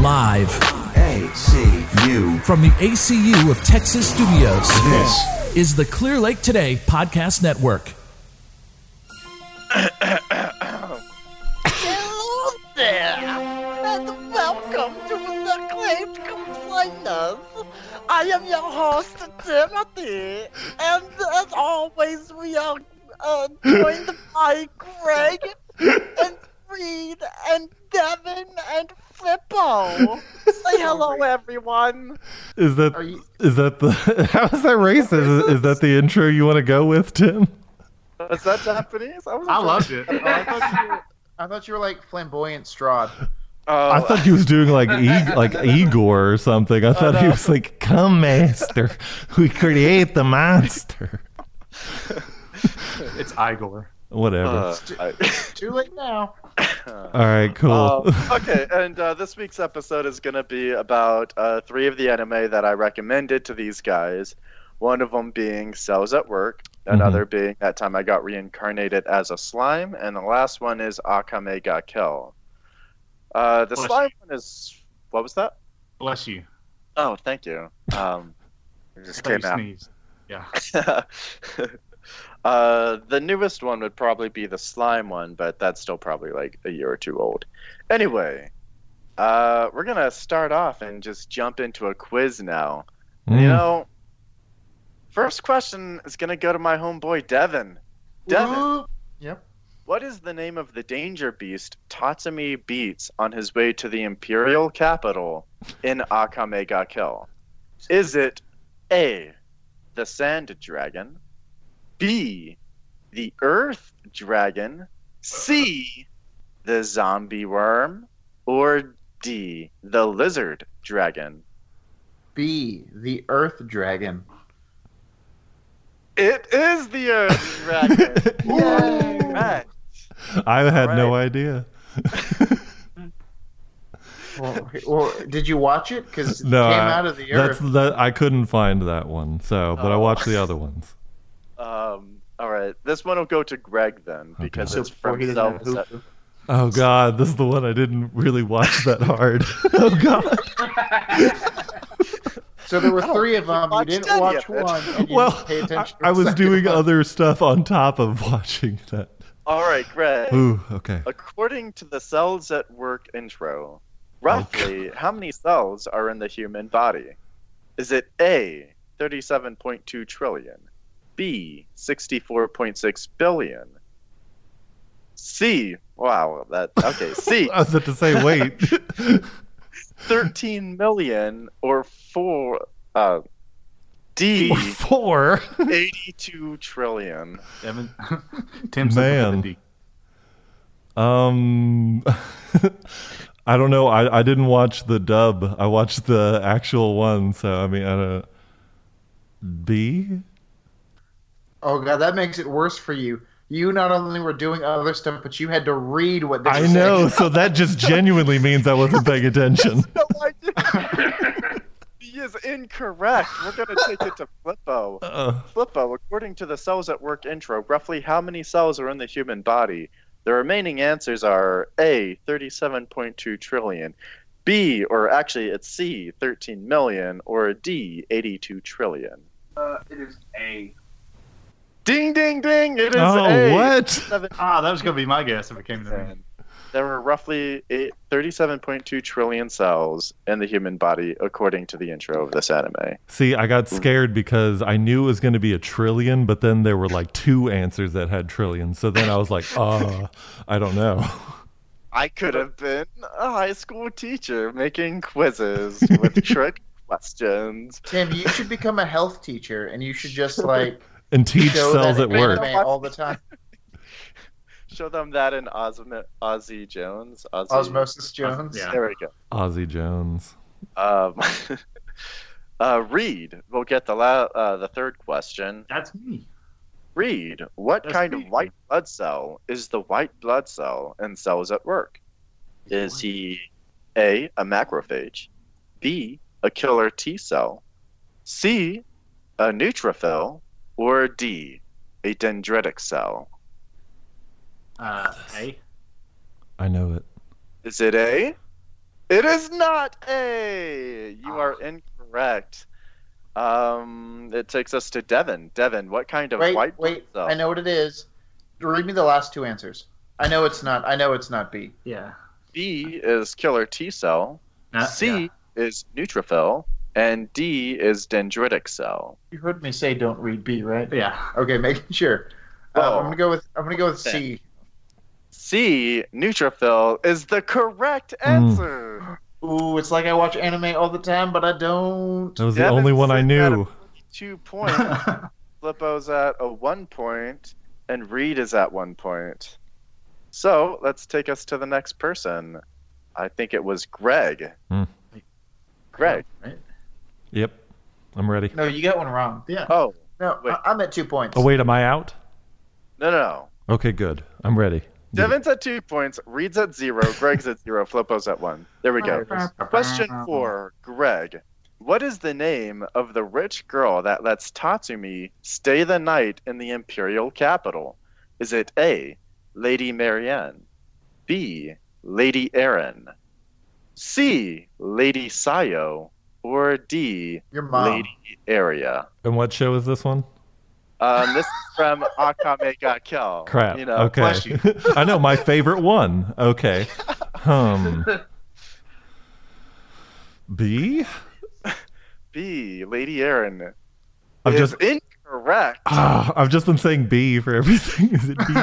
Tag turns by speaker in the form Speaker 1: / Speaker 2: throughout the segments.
Speaker 1: Live
Speaker 2: ACU.
Speaker 1: from the ACU of Texas Studios
Speaker 2: This
Speaker 1: is the Clear Lake Today Podcast Network.
Speaker 3: Hello there, and welcome to the Claimed Complainers. I am your host, Timothy, and as always, we are uh, joined by Greg and Reed and Devin and Flippo. Say hello, everyone.
Speaker 4: Is that is that the how is that racist? Is, is that the intro you want to go with, Tim?
Speaker 5: Is that Japanese? I, wasn't
Speaker 6: I
Speaker 5: sure.
Speaker 6: loved it.
Speaker 7: Oh, I, thought you were, I thought you were like flamboyant Strahd.
Speaker 5: Oh,
Speaker 4: I thought he was doing like e- like Igor or something. I thought he was like, "Come, master, we create the monster."
Speaker 6: It's Igor.
Speaker 4: Whatever.
Speaker 5: uh, I- uh,
Speaker 7: Too late now.
Speaker 4: All right, cool.
Speaker 5: Um, okay, and uh, this week's episode is going to be about uh, three of the anime that I recommended to these guys. One of them being Cells at Work, another being That Time I Got Reincarnated as a Slime, and the last one is Akame ga Kill. Uh, the
Speaker 6: Bless
Speaker 5: slime one is. What was that?
Speaker 6: Bless you.
Speaker 5: Oh, thank you. Um, it just
Speaker 6: I
Speaker 5: came
Speaker 6: thought
Speaker 5: out.
Speaker 6: you sneezed. Yeah.
Speaker 5: uh, the newest one would probably be the slime one, but that's still probably like a year or two old. Anyway, uh, we're gonna start off and just jump into a quiz now. You
Speaker 4: Mm.
Speaker 5: know, first question is gonna go to my homeboy Devin. Devin,
Speaker 7: Ooh. Yep.
Speaker 5: what is the name of the danger beast Tatsumi beats on his way to the imperial capital in Akame ga Kill? Is it A, the sand dragon, B, the earth dragon, C, the zombie worm, or D, the lizard dragon?
Speaker 7: B, the Earth Dragon.
Speaker 5: It is the earth dragon.
Speaker 7: Yay.
Speaker 5: Right.
Speaker 4: I had no
Speaker 5: Right.
Speaker 4: idea.
Speaker 7: Well, well, did you watch it? Because it
Speaker 4: No,
Speaker 7: came
Speaker 4: I-
Speaker 7: out of the
Speaker 4: That's
Speaker 7: Earth.
Speaker 4: that. I couldn't find that one, so but I
Speaker 5: Oh.
Speaker 4: watched the other ones.
Speaker 5: Um, all right, this one will go to Greg then because
Speaker 7: So
Speaker 5: it's
Speaker 7: before
Speaker 5: from
Speaker 7: he doesn't
Speaker 5: Cell
Speaker 7: have a hoop.
Speaker 4: Oh God, this is the one I didn't really watch that hard. oh God.
Speaker 7: So there were
Speaker 5: don't
Speaker 7: three of
Speaker 5: think you
Speaker 7: them. You
Speaker 5: watched any
Speaker 7: didn't
Speaker 5: of
Speaker 7: watch
Speaker 5: it.
Speaker 7: one. And you
Speaker 4: well,
Speaker 7: didn't pay
Speaker 4: I,
Speaker 7: attention. to
Speaker 4: I
Speaker 7: the
Speaker 4: was
Speaker 7: second
Speaker 4: doing
Speaker 7: one.
Speaker 4: other stuff on top of watching that.
Speaker 5: All right, Greg.
Speaker 4: Ooh, okay.
Speaker 5: According to the cells at work intro, roughly how many cells are in the human body? Is it A, 37.2 trillion, B, 64.6 billion, C, wow, that, okay, C,
Speaker 4: I was about to say, wait.
Speaker 5: 13 million, or 4, uh, D,
Speaker 4: Four.
Speaker 5: 82 trillion.
Speaker 6: Evan. Tim's looking
Speaker 4: Man.
Speaker 6: for the D.
Speaker 4: Um, I don't know. I, I didn't watch the dub. I watched the actual one. So I mean, I don't. B.
Speaker 7: Oh god, that makes it worse for you. You not only were doing other stuff, but you had to read what they
Speaker 4: I
Speaker 7: were
Speaker 4: know.
Speaker 7: saying.
Speaker 4: So that just genuinely means I wasn't paying attention.
Speaker 5: No, I didn't. he is incorrect. We're going to take it to Flippo.
Speaker 4: Uh,
Speaker 5: Flippo, according to the cells at work intro, roughly how many cells are in the human body? The remaining answers are A, 37.2 trillion, B, or actually it's C, 13 million, or D, 82 trillion. Uh, it is A. Ding, ding, ding! It is
Speaker 4: oh,
Speaker 5: A.
Speaker 4: what?
Speaker 6: Ah, that was gonna be my guess if it came to me.
Speaker 5: And There were roughly eight- 37.2 trillion cells in the human body, according to the intro of this anime.
Speaker 4: See, I got scared because I knew it was going to be a trillion, but then there were like two answers that had trillion. So then I was like, uh, I don't know.
Speaker 5: I could have been a high school teacher making quizzes with trick questions.
Speaker 7: Tim, you should become a health teacher, and you should just like
Speaker 4: And teach
Speaker 7: show
Speaker 4: cells
Speaker 7: that
Speaker 4: at work.
Speaker 7: anime all the time.
Speaker 5: Show them that in Ozmo- Ozzy Jones. Ozzy.
Speaker 7: Osmosis Jones.
Speaker 6: Yeah.
Speaker 5: There we go.
Speaker 4: Ozzy Jones.
Speaker 5: Um, uh, Reed, we'll get the la- uh, the third question.
Speaker 6: That's me.
Speaker 5: Reed, what
Speaker 6: That's
Speaker 5: kind
Speaker 6: me.
Speaker 5: of white blood cell is the white blood cell in cells at work? Is he A, a macrophage, B, a killer T cell, C, a neutrophil, or D, a dendritic cell?
Speaker 6: Uh, A.
Speaker 4: I know it.
Speaker 5: Is it A, It is not A. You
Speaker 7: Ah.
Speaker 5: are incorrect. Um, it takes us to Devin. Devin, what kind of
Speaker 7: Wait,
Speaker 5: white blood
Speaker 7: wait.
Speaker 5: cell?
Speaker 7: I know what it is. Read me the last two answers. I know it's not. I know it's not B.
Speaker 6: Yeah.
Speaker 5: B is killer T cell.
Speaker 4: Ah,
Speaker 7: Uh,
Speaker 6: Nah, yeah.
Speaker 5: C is neutrophil, and D is dendritic cell.
Speaker 7: You heard me say don't read B, right?
Speaker 6: Yeah.
Speaker 7: Okay, making sure. Uh,
Speaker 5: Oh.
Speaker 7: I'm gonna go with. I'm gonna go with C.
Speaker 5: C, neutrophil, is the correct
Speaker 4: Hmm.
Speaker 5: answer.
Speaker 7: Ooh, it's like I watch anime all the time, but I don't.
Speaker 4: That was the
Speaker 5: Devin
Speaker 4: only one I
Speaker 5: Smith got a
Speaker 4: knew.
Speaker 5: Two points. Flippo's at a one point, and Reed is at one point. So let's take us to the next person. I think it was Greg.
Speaker 4: Hmm.
Speaker 5: Greg.
Speaker 4: Yep. I'm ready.
Speaker 7: No, you got one wrong. Uh,
Speaker 6: yeah.
Speaker 5: Oh,
Speaker 7: No,
Speaker 5: Wait.
Speaker 7: I- I'm at two points.
Speaker 4: Oh, wait. Am I out?
Speaker 5: no, no, no.
Speaker 4: Okay, good. I'm ready.
Speaker 5: Devin's at two points, Reed's at zero, Greg's at zero, Flippo's at one. There we go. Question four, Greg. What is the name of the rich girl that lets Tatsumi stay the night in the imperial capital? Is it A, Lady Marianne, B, Lady Erin, C, Lady Sayo, or D,
Speaker 7: Your mom.
Speaker 5: Lady Area?
Speaker 4: And what show is this one?
Speaker 5: Um, this is from Akame ga Kill.
Speaker 4: Crap.
Speaker 5: You know,
Speaker 4: okay.
Speaker 6: bless you.
Speaker 4: I know my favorite one. Okay. Um. B.
Speaker 5: B, Lady Erin.
Speaker 4: I've
Speaker 5: is
Speaker 4: just
Speaker 5: incorrect.
Speaker 4: ah, I've just been saying B for everything. Is it B?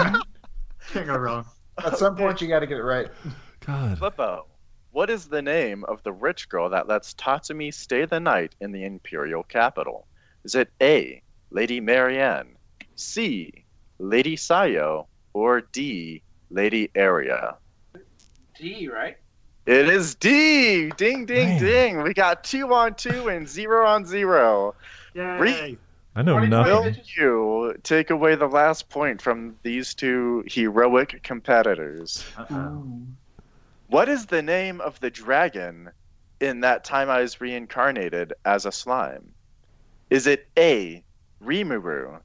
Speaker 6: Can't go wrong.
Speaker 7: At some point, you got to get it right.
Speaker 4: God.
Speaker 5: Flippo, what is the name of the rich girl that lets Tatsumi stay the night in the imperial capital? Is it A, Lady Marianne, C, Lady Sayo, or D, Lady Area?
Speaker 8: D, right?
Speaker 5: It is D! Ding, ding,
Speaker 4: Man.
Speaker 5: ding! We got two on two and zero on zero.
Speaker 6: Yay.
Speaker 5: Reed.
Speaker 4: I know
Speaker 5: Will
Speaker 4: nothing.
Speaker 5: you take away the last point from these two heroic competitors?
Speaker 6: Uh-oh.
Speaker 5: What is the name of the dragon in that time I was reincarnated as a slime? Is it A. Rimuru,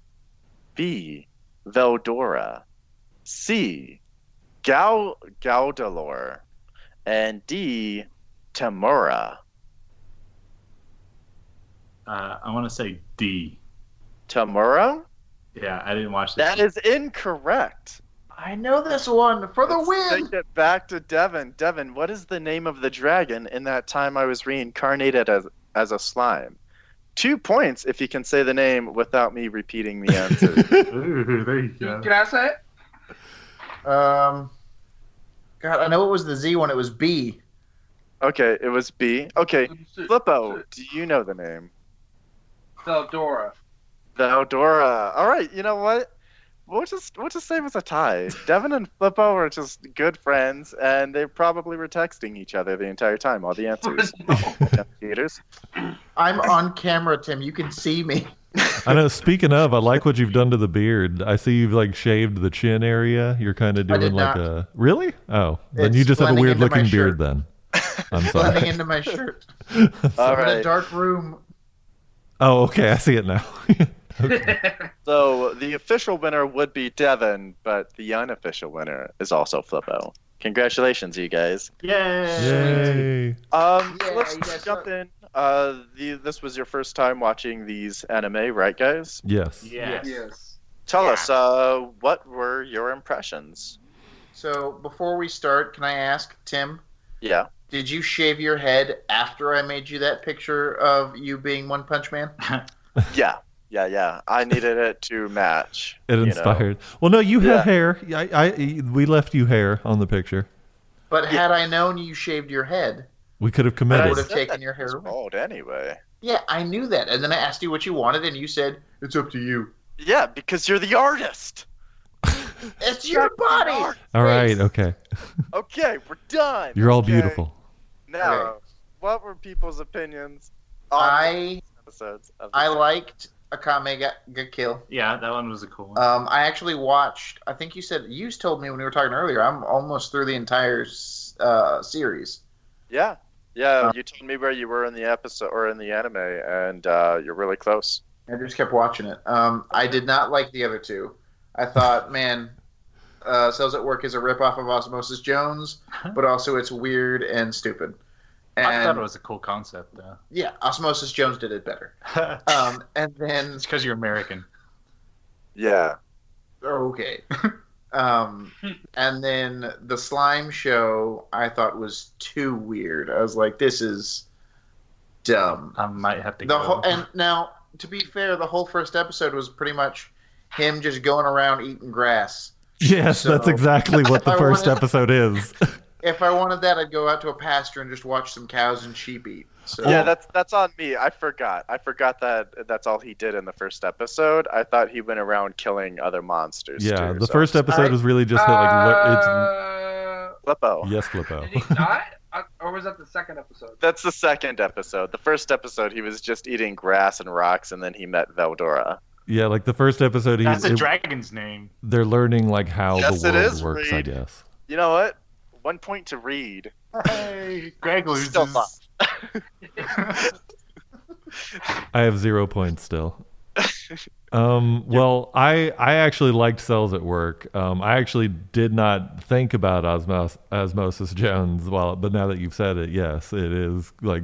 Speaker 5: B. Veldora, C. Gal Gaudalor, and D. Tamura?
Speaker 6: Uh, I want to say D.
Speaker 5: Tamura?
Speaker 6: Yeah, I didn't watch this.
Speaker 5: That is incorrect.
Speaker 7: I know this one for the
Speaker 5: Let's
Speaker 7: win.
Speaker 5: Take it back to Devin. Devin, what is the name of the dragon in that time I was reincarnated as as a slime? Two points if you can say the name without me repeating the answer.
Speaker 6: Ooh, there you go.
Speaker 8: Can I say it?
Speaker 7: Um, God, I know it was the Z one. It was B.
Speaker 5: okay, it was B. Okay, Flippo, do you know the name?
Speaker 8: Dora.
Speaker 5: Valdora. All right, you know what? We'll just we'll just say it was a tie. Devin and Flippo are just good friends, and they probably were texting each other the entire time. All the answers, theaters.
Speaker 7: I'm on camera, Tim. You can see me.
Speaker 4: I know. Speaking of, I like what you've done to the beard. I see you've like shaved the chin area. You're kind of
Speaker 7: I
Speaker 4: doing
Speaker 7: did
Speaker 4: like
Speaker 7: not.
Speaker 4: a really. Oh, then
Speaker 7: It's
Speaker 4: you just have a
Speaker 7: blending
Speaker 4: weird
Speaker 7: into my
Speaker 4: looking beard.
Speaker 7: shirt.
Speaker 4: Then I'm
Speaker 7: Blending
Speaker 4: sorry.
Speaker 7: into my shirt.
Speaker 5: All
Speaker 7: I'm in a
Speaker 5: right.
Speaker 7: dark room.
Speaker 4: Oh, okay. I see it now. Okay.
Speaker 5: So the official winner would be Devin, but the unofficial winner is also Flippo. Congratulations, you guys.
Speaker 6: Yay.
Speaker 4: Yay.
Speaker 5: Um,
Speaker 7: Yeah,
Speaker 5: let's
Speaker 7: you guys
Speaker 5: jump
Speaker 7: suck.
Speaker 5: in. Uh, the, this was your first time watching these anime, right, guys?
Speaker 4: Yes.
Speaker 6: Yes.
Speaker 8: Yes.
Speaker 5: Tell us, uh, what were your impressions?
Speaker 7: So before we start, can I ask Tim?
Speaker 5: Yeah.
Speaker 7: Did you shave your head after I made you that picture of you being One Punch Man?
Speaker 5: Yeah. Yeah, yeah. I needed it to match.
Speaker 4: It
Speaker 5: you know.
Speaker 4: inspired. Well, no, you
Speaker 5: Yeah.
Speaker 4: had hair. I, I, we left you hair on the picture.
Speaker 7: But had I known you shaved your head,
Speaker 4: We could have
Speaker 7: I
Speaker 4: committed.
Speaker 7: would have
Speaker 5: said
Speaker 7: taken
Speaker 5: that
Speaker 7: your hair
Speaker 5: It's
Speaker 7: away.
Speaker 5: old anyway.
Speaker 7: Yeah, I knew that. And then I asked you what you wanted, and you said, It's up to you.
Speaker 5: Yeah, because you're the artist.
Speaker 7: It's your body!
Speaker 4: All right. Okay.
Speaker 5: Okay, we're done.
Speaker 4: You're all
Speaker 5: Okay,
Speaker 4: beautiful.
Speaker 5: Now,
Speaker 7: Okay.
Speaker 5: what were people's opinions on
Speaker 7: I
Speaker 5: episodes of
Speaker 7: I
Speaker 5: this?
Speaker 7: liked Akame ga, ga Kill.
Speaker 6: Yeah, that one was a cool one.
Speaker 7: Um, I actually watched, I think you said, you told me when we were talking earlier, I'm almost through the entire s- uh, series.
Speaker 5: Yeah, yeah.
Speaker 4: Uh.
Speaker 5: you told me where you were in the episode or in the anime, and uh, you're really close.
Speaker 7: I just kept watching it. Um, I did not like the other two. I thought, man, uh, Cells at Work is a ripoff of Osmosis Jones, but also it's weird and stupid.
Speaker 6: I thought
Speaker 7: And
Speaker 6: it was a cool concept, though.
Speaker 7: yeah, Osmosis Jones did it better. Um, and then
Speaker 6: it's because you're American.
Speaker 5: Yeah.
Speaker 7: okay. um, and then the slime show I thought was too weird. I was like, this is dumb.
Speaker 6: I might have to
Speaker 7: The
Speaker 6: go.
Speaker 7: whole and now to be fair, the whole first episode was pretty much him just going around eating grass.
Speaker 4: Yes, that's
Speaker 7: So-
Speaker 4: exactly what the
Speaker 7: I
Speaker 4: first
Speaker 7: wanna-
Speaker 4: episode is.
Speaker 7: If I wanted that, I'd go out to a pasture and just watch some cows and sheep eat. So
Speaker 5: Yeah, that's that's on me. I forgot. I forgot that that's all he did in the first episode. I thought he went around killing other monsters.
Speaker 4: yeah,
Speaker 5: too,
Speaker 4: the
Speaker 5: so
Speaker 4: first
Speaker 5: it's-
Speaker 4: episode
Speaker 7: Alright.
Speaker 4: was really just that, like le-
Speaker 8: Uh,
Speaker 5: Flippo.
Speaker 4: it's yes,
Speaker 8: did
Speaker 4: Flippo.
Speaker 8: he die? Uh, Or was that the second episode?
Speaker 5: That's the second episode. The first episode, he was just eating grass and rocks, and then he met Veldora.
Speaker 4: Yeah, like the first episode, he,
Speaker 6: That's a
Speaker 4: it-
Speaker 6: dragon's name.
Speaker 4: they're learning like how
Speaker 5: Yes,
Speaker 4: the
Speaker 5: it
Speaker 4: world
Speaker 5: is,
Speaker 4: works. I
Speaker 5: Reed.
Speaker 4: guess.
Speaker 5: You know what? One point to read.
Speaker 6: Hey, Greg loses.
Speaker 5: Still not.
Speaker 4: I have zero points still. um, well, I I actually liked Cells at Work. Um, I actually did not think about Osmos- Osmosis Jones. Well, but now that you've said it, yes, it is like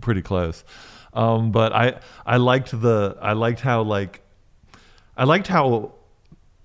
Speaker 4: pretty close. Um, but I I liked the I liked how like I liked how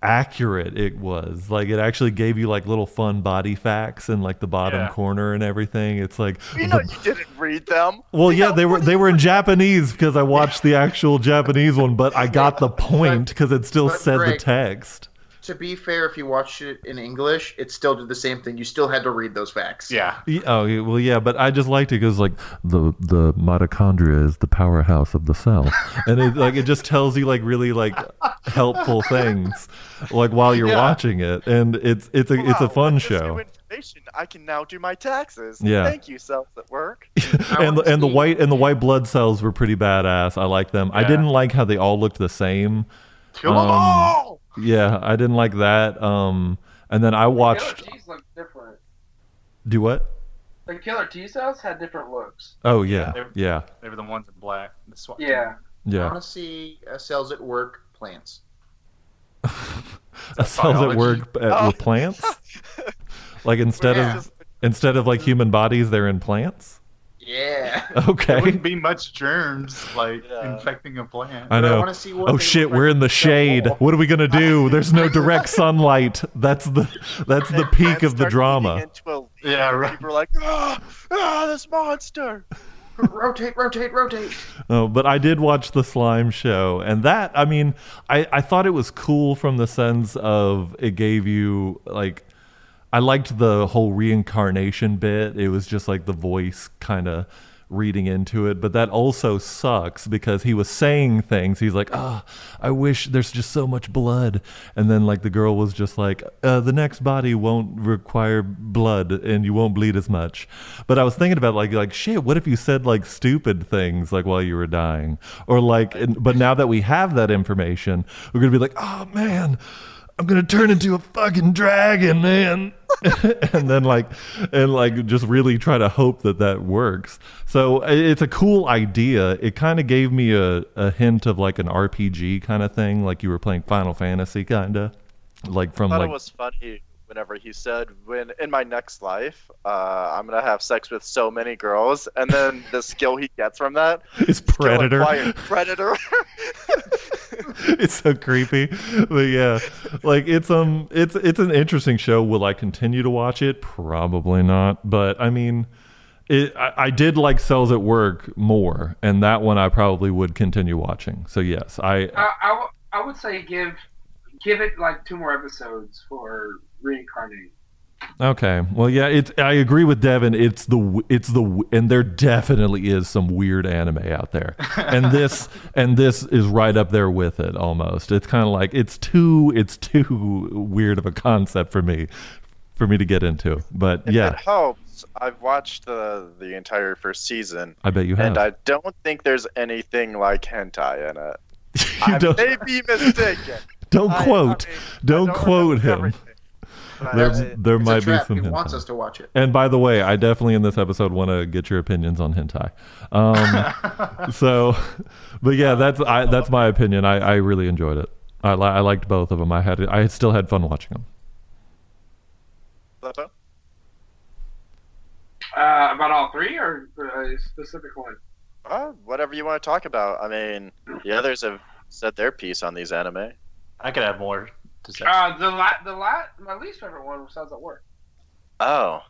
Speaker 4: accurate it was. Like it actually gave you like little fun body facts in like the bottom
Speaker 6: Yeah.
Speaker 4: corner and everything. It's like
Speaker 5: You know
Speaker 4: the-
Speaker 5: you didn't read them.
Speaker 4: well, yeah, they were they were in Japanese because I watched the actual Japanese one, but I got the point because it still
Speaker 7: but
Speaker 4: said the
Speaker 7: Greg-
Speaker 4: text.
Speaker 7: to be fair, if you watched it in English, it still did the same thing. You still had to read those facts.
Speaker 6: Yeah.
Speaker 4: Y- Oh, yeah, well, yeah, but I just liked it because like the the mitochondria is the powerhouse of the cell, and it like it just tells you like really like helpful things, like while you're
Speaker 6: Yeah.
Speaker 4: watching it, and it's it's a it's a
Speaker 5: Wow,
Speaker 4: fun
Speaker 5: with this
Speaker 4: show.
Speaker 5: new information, I can now do my taxes.
Speaker 4: Yeah.
Speaker 5: Thank you, Cells at Work.
Speaker 7: I
Speaker 4: and the,
Speaker 7: wanna
Speaker 4: and the
Speaker 7: see-
Speaker 4: white and the white blood cells were pretty badass. I like them. I
Speaker 6: Yeah.
Speaker 4: didn't like how they all looked the same.
Speaker 6: Kill 'em
Speaker 4: Um,
Speaker 6: all!
Speaker 5: Oh!
Speaker 4: Yeah, I didn't like that. Um, and then I
Speaker 8: Killer
Speaker 4: watched
Speaker 8: T's looked different.
Speaker 4: do what?
Speaker 8: The Killer T cells had different looks.
Speaker 4: Oh yeah,
Speaker 6: Yeah.
Speaker 4: yeah,
Speaker 6: They were the ones in black. The SWAT team.
Speaker 8: Yeah.
Speaker 7: I
Speaker 4: yeah.
Speaker 7: want to see uh, cells at work plants.
Speaker 4: A cells at
Speaker 6: biology?
Speaker 4: work at,
Speaker 5: Oh.
Speaker 4: with plants. like instead
Speaker 7: Yeah.
Speaker 4: of instead of like human bodies, they're in plants.
Speaker 7: Yeah.
Speaker 6: There
Speaker 4: Okay.
Speaker 6: wouldn't be much germs like
Speaker 5: Yeah.
Speaker 6: infecting a plant.
Speaker 4: I
Speaker 7: But
Speaker 4: know.
Speaker 7: wanna see what
Speaker 4: Oh
Speaker 7: they
Speaker 4: shit,
Speaker 7: look
Speaker 4: we're
Speaker 7: like
Speaker 4: in the shade.
Speaker 7: wall.
Speaker 4: What are we gonna do? There's no direct sunlight. That's the that's the peak
Speaker 5: And
Speaker 4: of the
Speaker 5: start
Speaker 4: drama.
Speaker 5: eating into a leaf,
Speaker 6: Yeah,
Speaker 5: and
Speaker 6: right.
Speaker 5: People are like, ah, ah, this monster.
Speaker 7: rotate, rotate, rotate.
Speaker 4: Oh, but I did watch the slime show, and that I mean, I, I thought it was cool from the sense of it gave you like I liked the whole reincarnation bit. It was just like the voice kind of reading into it, but that also sucks because he was saying things. He's like, "Ah, I wish there's just so much blood," and then like the girl was just like, uh, "The next body won't require blood, and you won't bleed as much." But I was thinking about like like shit. What if you said like stupid things like while you were dying, or like? And, but now that we have that information, we're gonna be like, "Oh man." I'm gonna turn into a fucking dragon, man. and then like, and like, just really try to hope that that works. So i- it's a cool idea. It kind of gave me a, a hint of like an RPG kind of thing, like you were playing Final Fantasy, kind of, like from
Speaker 5: I thought
Speaker 4: like
Speaker 5: it was funny whenever he said, "When in my next life, uh, I'm gonna have sex with so many girls," and then the skill he gets from that
Speaker 4: it's
Speaker 5: skill
Speaker 4: Predator.
Speaker 5: acquired, predator.
Speaker 4: it's so creepy but yeah like it's um it's it's an interesting show will i continue to watch it probably not but i mean it i, I did like cells at work more and that one i probably would continue watching so yes i
Speaker 8: I, I, w- I would say give give it like two more episodes for reincarnating.
Speaker 4: okay well yeah it's i agree with devin it's the w- it's the w- and there definitely is some weird anime out there and this and this is right up there with it almost it's kind of like it's too it's too weird of a concept for me for me to get into but
Speaker 5: If
Speaker 4: yeah
Speaker 5: It helps. I've watched the the entire first season,
Speaker 4: I bet you have.
Speaker 5: and I don't think there's anything like hentai in it.
Speaker 4: you
Speaker 5: I
Speaker 4: don't
Speaker 5: may be mistaken.
Speaker 4: don't
Speaker 5: I- I
Speaker 4: quote.
Speaker 5: mean, I
Speaker 4: don't,
Speaker 5: don't
Speaker 4: quote
Speaker 5: remember
Speaker 4: him.
Speaker 5: everything, but
Speaker 4: There,
Speaker 5: I-
Speaker 4: there
Speaker 7: It's
Speaker 4: might
Speaker 7: a
Speaker 4: be
Speaker 7: trap.
Speaker 4: some
Speaker 7: He
Speaker 4: hentai.
Speaker 7: wants us to watch it.
Speaker 4: and by the way, I definitely in this episode want to get your opinions on hentai. Um, so, but yeah, that's I, that's my opinion. I, I really enjoyed it. I, li- I liked both of them. I had I still
Speaker 5: uh,
Speaker 4: had fun watching them.
Speaker 5: Flippo?
Speaker 8: Uh, about all three or uh, a specific one?
Speaker 5: Uh, whatever you want to talk about. I mean, the others have said their piece on these anime.
Speaker 6: I could have more to say.
Speaker 8: Uh, the la- the la- my least favorite one was Sounds at Work.
Speaker 5: Oh.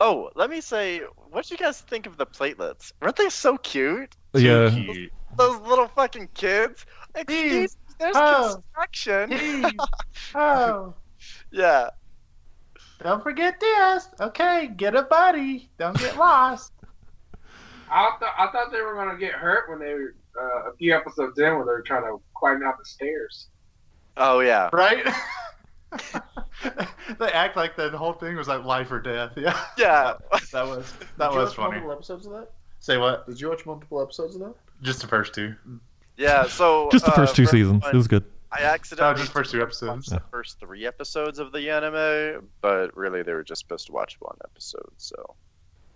Speaker 5: Oh, let me say, what do you guys think of the platelets? Weren't they so cute?
Speaker 4: Yeah.
Speaker 6: Cute.
Speaker 5: Those little fucking kids. Excuse me, there's
Speaker 7: Oh.
Speaker 5: construction.
Speaker 7: oh,
Speaker 5: Yeah.
Speaker 7: don't forget this. Okay, get a buddy. Don't get lost.
Speaker 8: I thought I thought they were gonna get hurt when they were uh, a few episodes in when they were trying to climb down the stairs.
Speaker 5: Oh yeah.
Speaker 6: Right? they act like the whole thing was like life or death. Yeah,
Speaker 5: Yeah.
Speaker 6: that was that
Speaker 7: Did you
Speaker 6: was
Speaker 7: watch
Speaker 6: funny.
Speaker 7: Multiple episodes of that?
Speaker 6: Say what?
Speaker 7: Did you watch multiple episodes of that?
Speaker 6: Just the first two.
Speaker 5: Yeah. So
Speaker 4: Just the
Speaker 5: uh,
Speaker 4: first two
Speaker 5: first
Speaker 4: seasons.
Speaker 5: one,
Speaker 4: It was good.
Speaker 5: I
Speaker 6: No,
Speaker 5: accidentally
Speaker 6: just the first two
Speaker 5: watched
Speaker 6: episodes.
Speaker 5: the first three episodes of the anime, but really they were just supposed to watch one episode. So,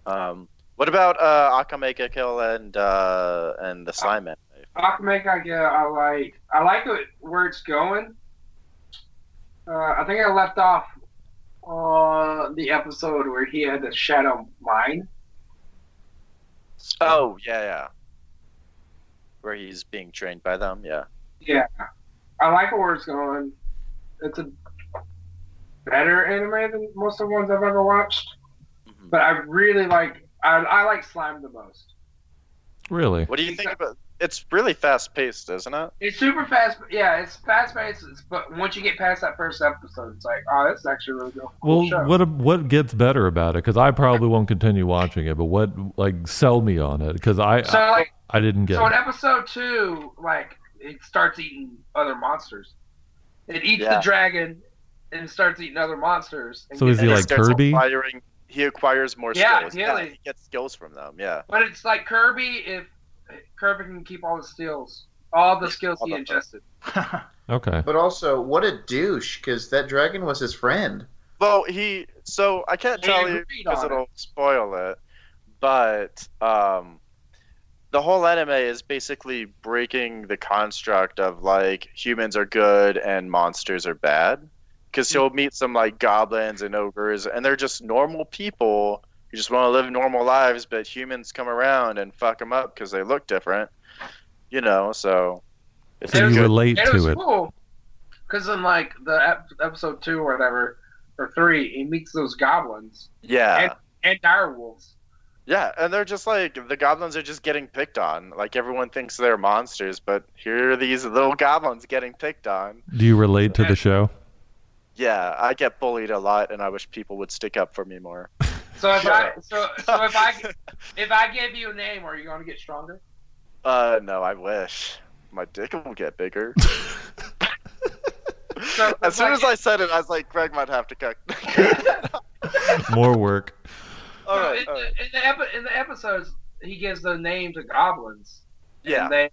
Speaker 5: um, what about uh, Akame ga Kill and uh, and the slime anime?
Speaker 8: Akame I get I like I like it where it's going. Uh, I think I left off on the episode where he had the shadow mind.
Speaker 5: Oh yeah, yeah. Where he's being trained by them. Yeah.
Speaker 8: Yeah, I like it where it's going. It's a better anime than most of the ones I've ever watched,
Speaker 5: Mhm.
Speaker 8: but I really like I, I like Slime the most.
Speaker 4: Really?
Speaker 5: What do you think about? It's really fast paced, isn't it?
Speaker 8: It's super fast. Yeah, it's fast paced. it's- But once you get past that first episode, it's like, oh, this is actually a really cool.
Speaker 4: Well,
Speaker 8: show.
Speaker 4: what what gets better about it? Because I probably won't continue watching it. But what like sell me on it? Because I,
Speaker 8: so
Speaker 4: I
Speaker 8: like,
Speaker 4: I didn't get
Speaker 8: so in
Speaker 4: it.
Speaker 8: episode two, like it starts eating other monsters. It eats
Speaker 5: Yeah.
Speaker 8: the dragon and starts eating other monsters. and
Speaker 4: So
Speaker 8: gets-
Speaker 4: Is he
Speaker 5: And
Speaker 4: like
Speaker 5: starts
Speaker 4: Kirby?
Speaker 5: Acquiring, he acquires more
Speaker 8: Yeah,
Speaker 5: skills.
Speaker 8: really.
Speaker 5: Yeah, he gets skills from them. Yeah.
Speaker 8: But it's like Kirby. If Kirby can keep all the skills, all the skills he
Speaker 5: Motherfucker.
Speaker 8: ingested.
Speaker 4: Okay.
Speaker 7: But also, what a douche! Because that dragon was his friend.
Speaker 5: Well, he. So I can't
Speaker 8: He
Speaker 5: tell you
Speaker 8: agreed
Speaker 5: because
Speaker 8: on
Speaker 5: it'll spoil it. But um, the whole anime is basically breaking the construct of like humans are good and monsters are bad. Because he'll meet some like goblins and ogres, and they're just normal people who just want to live normal lives, but humans come around and fuck them up because they look different. You know, so. it's
Speaker 4: So
Speaker 8: There's
Speaker 4: you
Speaker 8: a-
Speaker 4: relate
Speaker 8: And it was
Speaker 4: to it.
Speaker 8: cool because in like the ep- episode two or whatever or three, he meets those goblins
Speaker 5: Yeah.
Speaker 8: and direwolves.
Speaker 5: Yeah, and they're just like the goblins are just getting picked on. Like everyone thinks they're monsters, but here are these little goblins getting picked on.
Speaker 4: Do you relate to the show?
Speaker 5: Yeah, I get bullied a lot, and I wish people would stick up for me more.
Speaker 8: So if I
Speaker 5: Shut
Speaker 8: so, so if I if I give you a name, are you going to get stronger?
Speaker 5: Uh, no, I wish my dick will get bigger.
Speaker 8: So
Speaker 5: as soon
Speaker 8: like,
Speaker 5: as I said it, I was like, Greg might have to cut.
Speaker 4: More work.
Speaker 5: all
Speaker 8: so
Speaker 5: right,
Speaker 8: in,
Speaker 5: all right.
Speaker 8: The, in the epi- in the episodes, he gives the name to goblins.
Speaker 5: Yeah.
Speaker 8: and they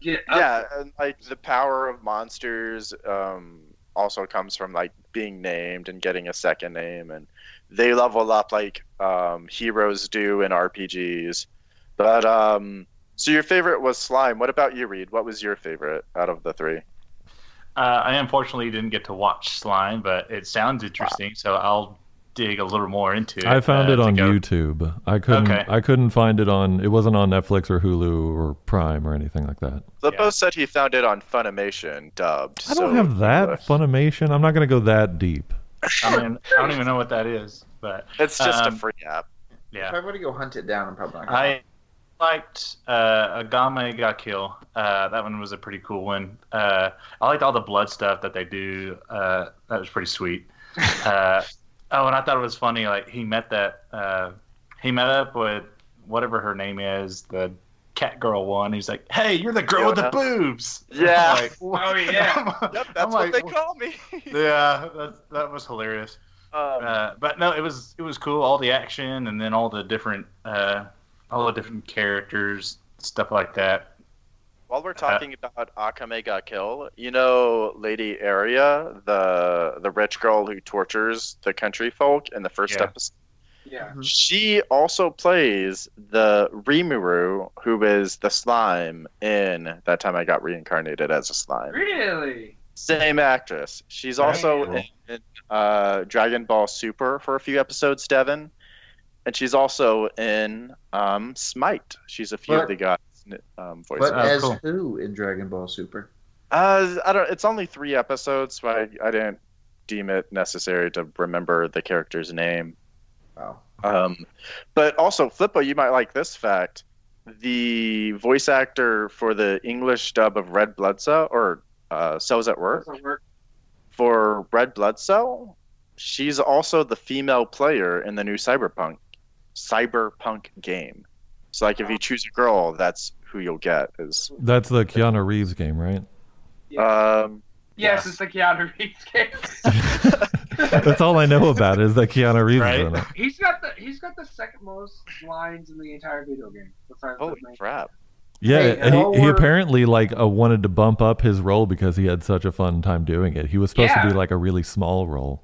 Speaker 8: get up.
Speaker 5: Yeah, and like the power of monsters um, also comes from like being named and getting a second name, and they level up like um, heroes do in RPGs. But um, so your favorite was slime. What about you, Reed? What was your favorite out of the three?
Speaker 6: Uh, I unfortunately didn't get to watch Slime, but it sounds interesting, so I'll dig a little more into it.
Speaker 4: I found
Speaker 6: uh,
Speaker 4: it
Speaker 6: to
Speaker 4: on
Speaker 6: go-
Speaker 4: YouTube. I couldn't
Speaker 6: Okay.
Speaker 4: I couldn't find it on. It wasn't on Netflix or Hulu or Prime or anything like that.
Speaker 5: Lippo
Speaker 6: Yeah.
Speaker 5: said he found it on Funimation, dubbed.
Speaker 4: I don't
Speaker 5: so-
Speaker 4: have that Funimation. I'm not gonna go that deep.
Speaker 6: I, mean, I don't even know what that is, but
Speaker 5: It's just
Speaker 6: Um,
Speaker 5: a free app.
Speaker 7: If
Speaker 6: yeah.
Speaker 7: I were to go hunt it down, I'm probably not. Gonna
Speaker 6: I liked uh, Agame Ga Kill. Uh, that one was a pretty cool one. Uh, I liked all the blood stuff that they do. Uh, that was pretty sweet. Uh, oh, and I thought it was funny. Like he met that. Uh, he met up with whatever her name is, the cat girl one. He's like, "Hey, you're the girl with the
Speaker 5: Fiona.
Speaker 6: boobs."
Speaker 5: Yeah.
Speaker 6: I'm like,
Speaker 8: Oh, yeah.
Speaker 6: I'm-
Speaker 5: Yep, that's
Speaker 6: I'm
Speaker 5: what
Speaker 6: like,
Speaker 5: they call me.
Speaker 6: yeah, that that was hilarious.
Speaker 5: Um,
Speaker 6: Uh, but no, it was it was cool. All the action, and then all the different uh, all the different characters, stuff like that.
Speaker 5: While we're talking about Akame ga Kill, you know Lady Area, the the rich girl who tortures the country folk in the first
Speaker 6: Yeah.
Speaker 5: episode.
Speaker 8: yeah.
Speaker 5: She also plays the Rimuru, who is the slime in that time I got reincarnated as a slime.
Speaker 8: Really?
Speaker 5: Same actress. She's also in, in, uh, Dragon Ball Super for a few episodes, Devin, and she's also in um, Smite. She's a few
Speaker 7: But-
Speaker 5: of the guys. Um, voices.
Speaker 7: But
Speaker 6: Oh,
Speaker 7: as
Speaker 6: cool.
Speaker 7: who in Dragon Ball Super?
Speaker 5: Uh, I don't. It's only three episodes, so I, I didn't deem it necessary to remember the character's name.
Speaker 7: Wow.
Speaker 5: Um, but also, Flippo, you might like this fact: the voice actor for the English dub of Red Blood Cell or uh, Cells at Work
Speaker 8: Doesn't work.
Speaker 5: for Red Blood Cell, she's also the female player in the new Cyberpunk Cyberpunk game. So, like, if you choose a girl, that's who you'll get. Is
Speaker 4: That's the Keanu Reeves game, right?
Speaker 5: um,
Speaker 8: Yes, it's the Keanu Reeves game.
Speaker 4: That's all I know about is that Keanu Reeves is in it.
Speaker 6: Right?
Speaker 8: He's got the he's got the second most lines in the entire video game. Besides
Speaker 5: holy
Speaker 8: Batman.
Speaker 5: crap!
Speaker 4: Yeah,
Speaker 7: Hey,
Speaker 4: and
Speaker 7: while
Speaker 4: he, he
Speaker 7: we're-
Speaker 4: apparently like uh, wanted to bump up his role because he had such a fun time doing it. He was supposed to
Speaker 8: Yeah.
Speaker 4: be like a really small role.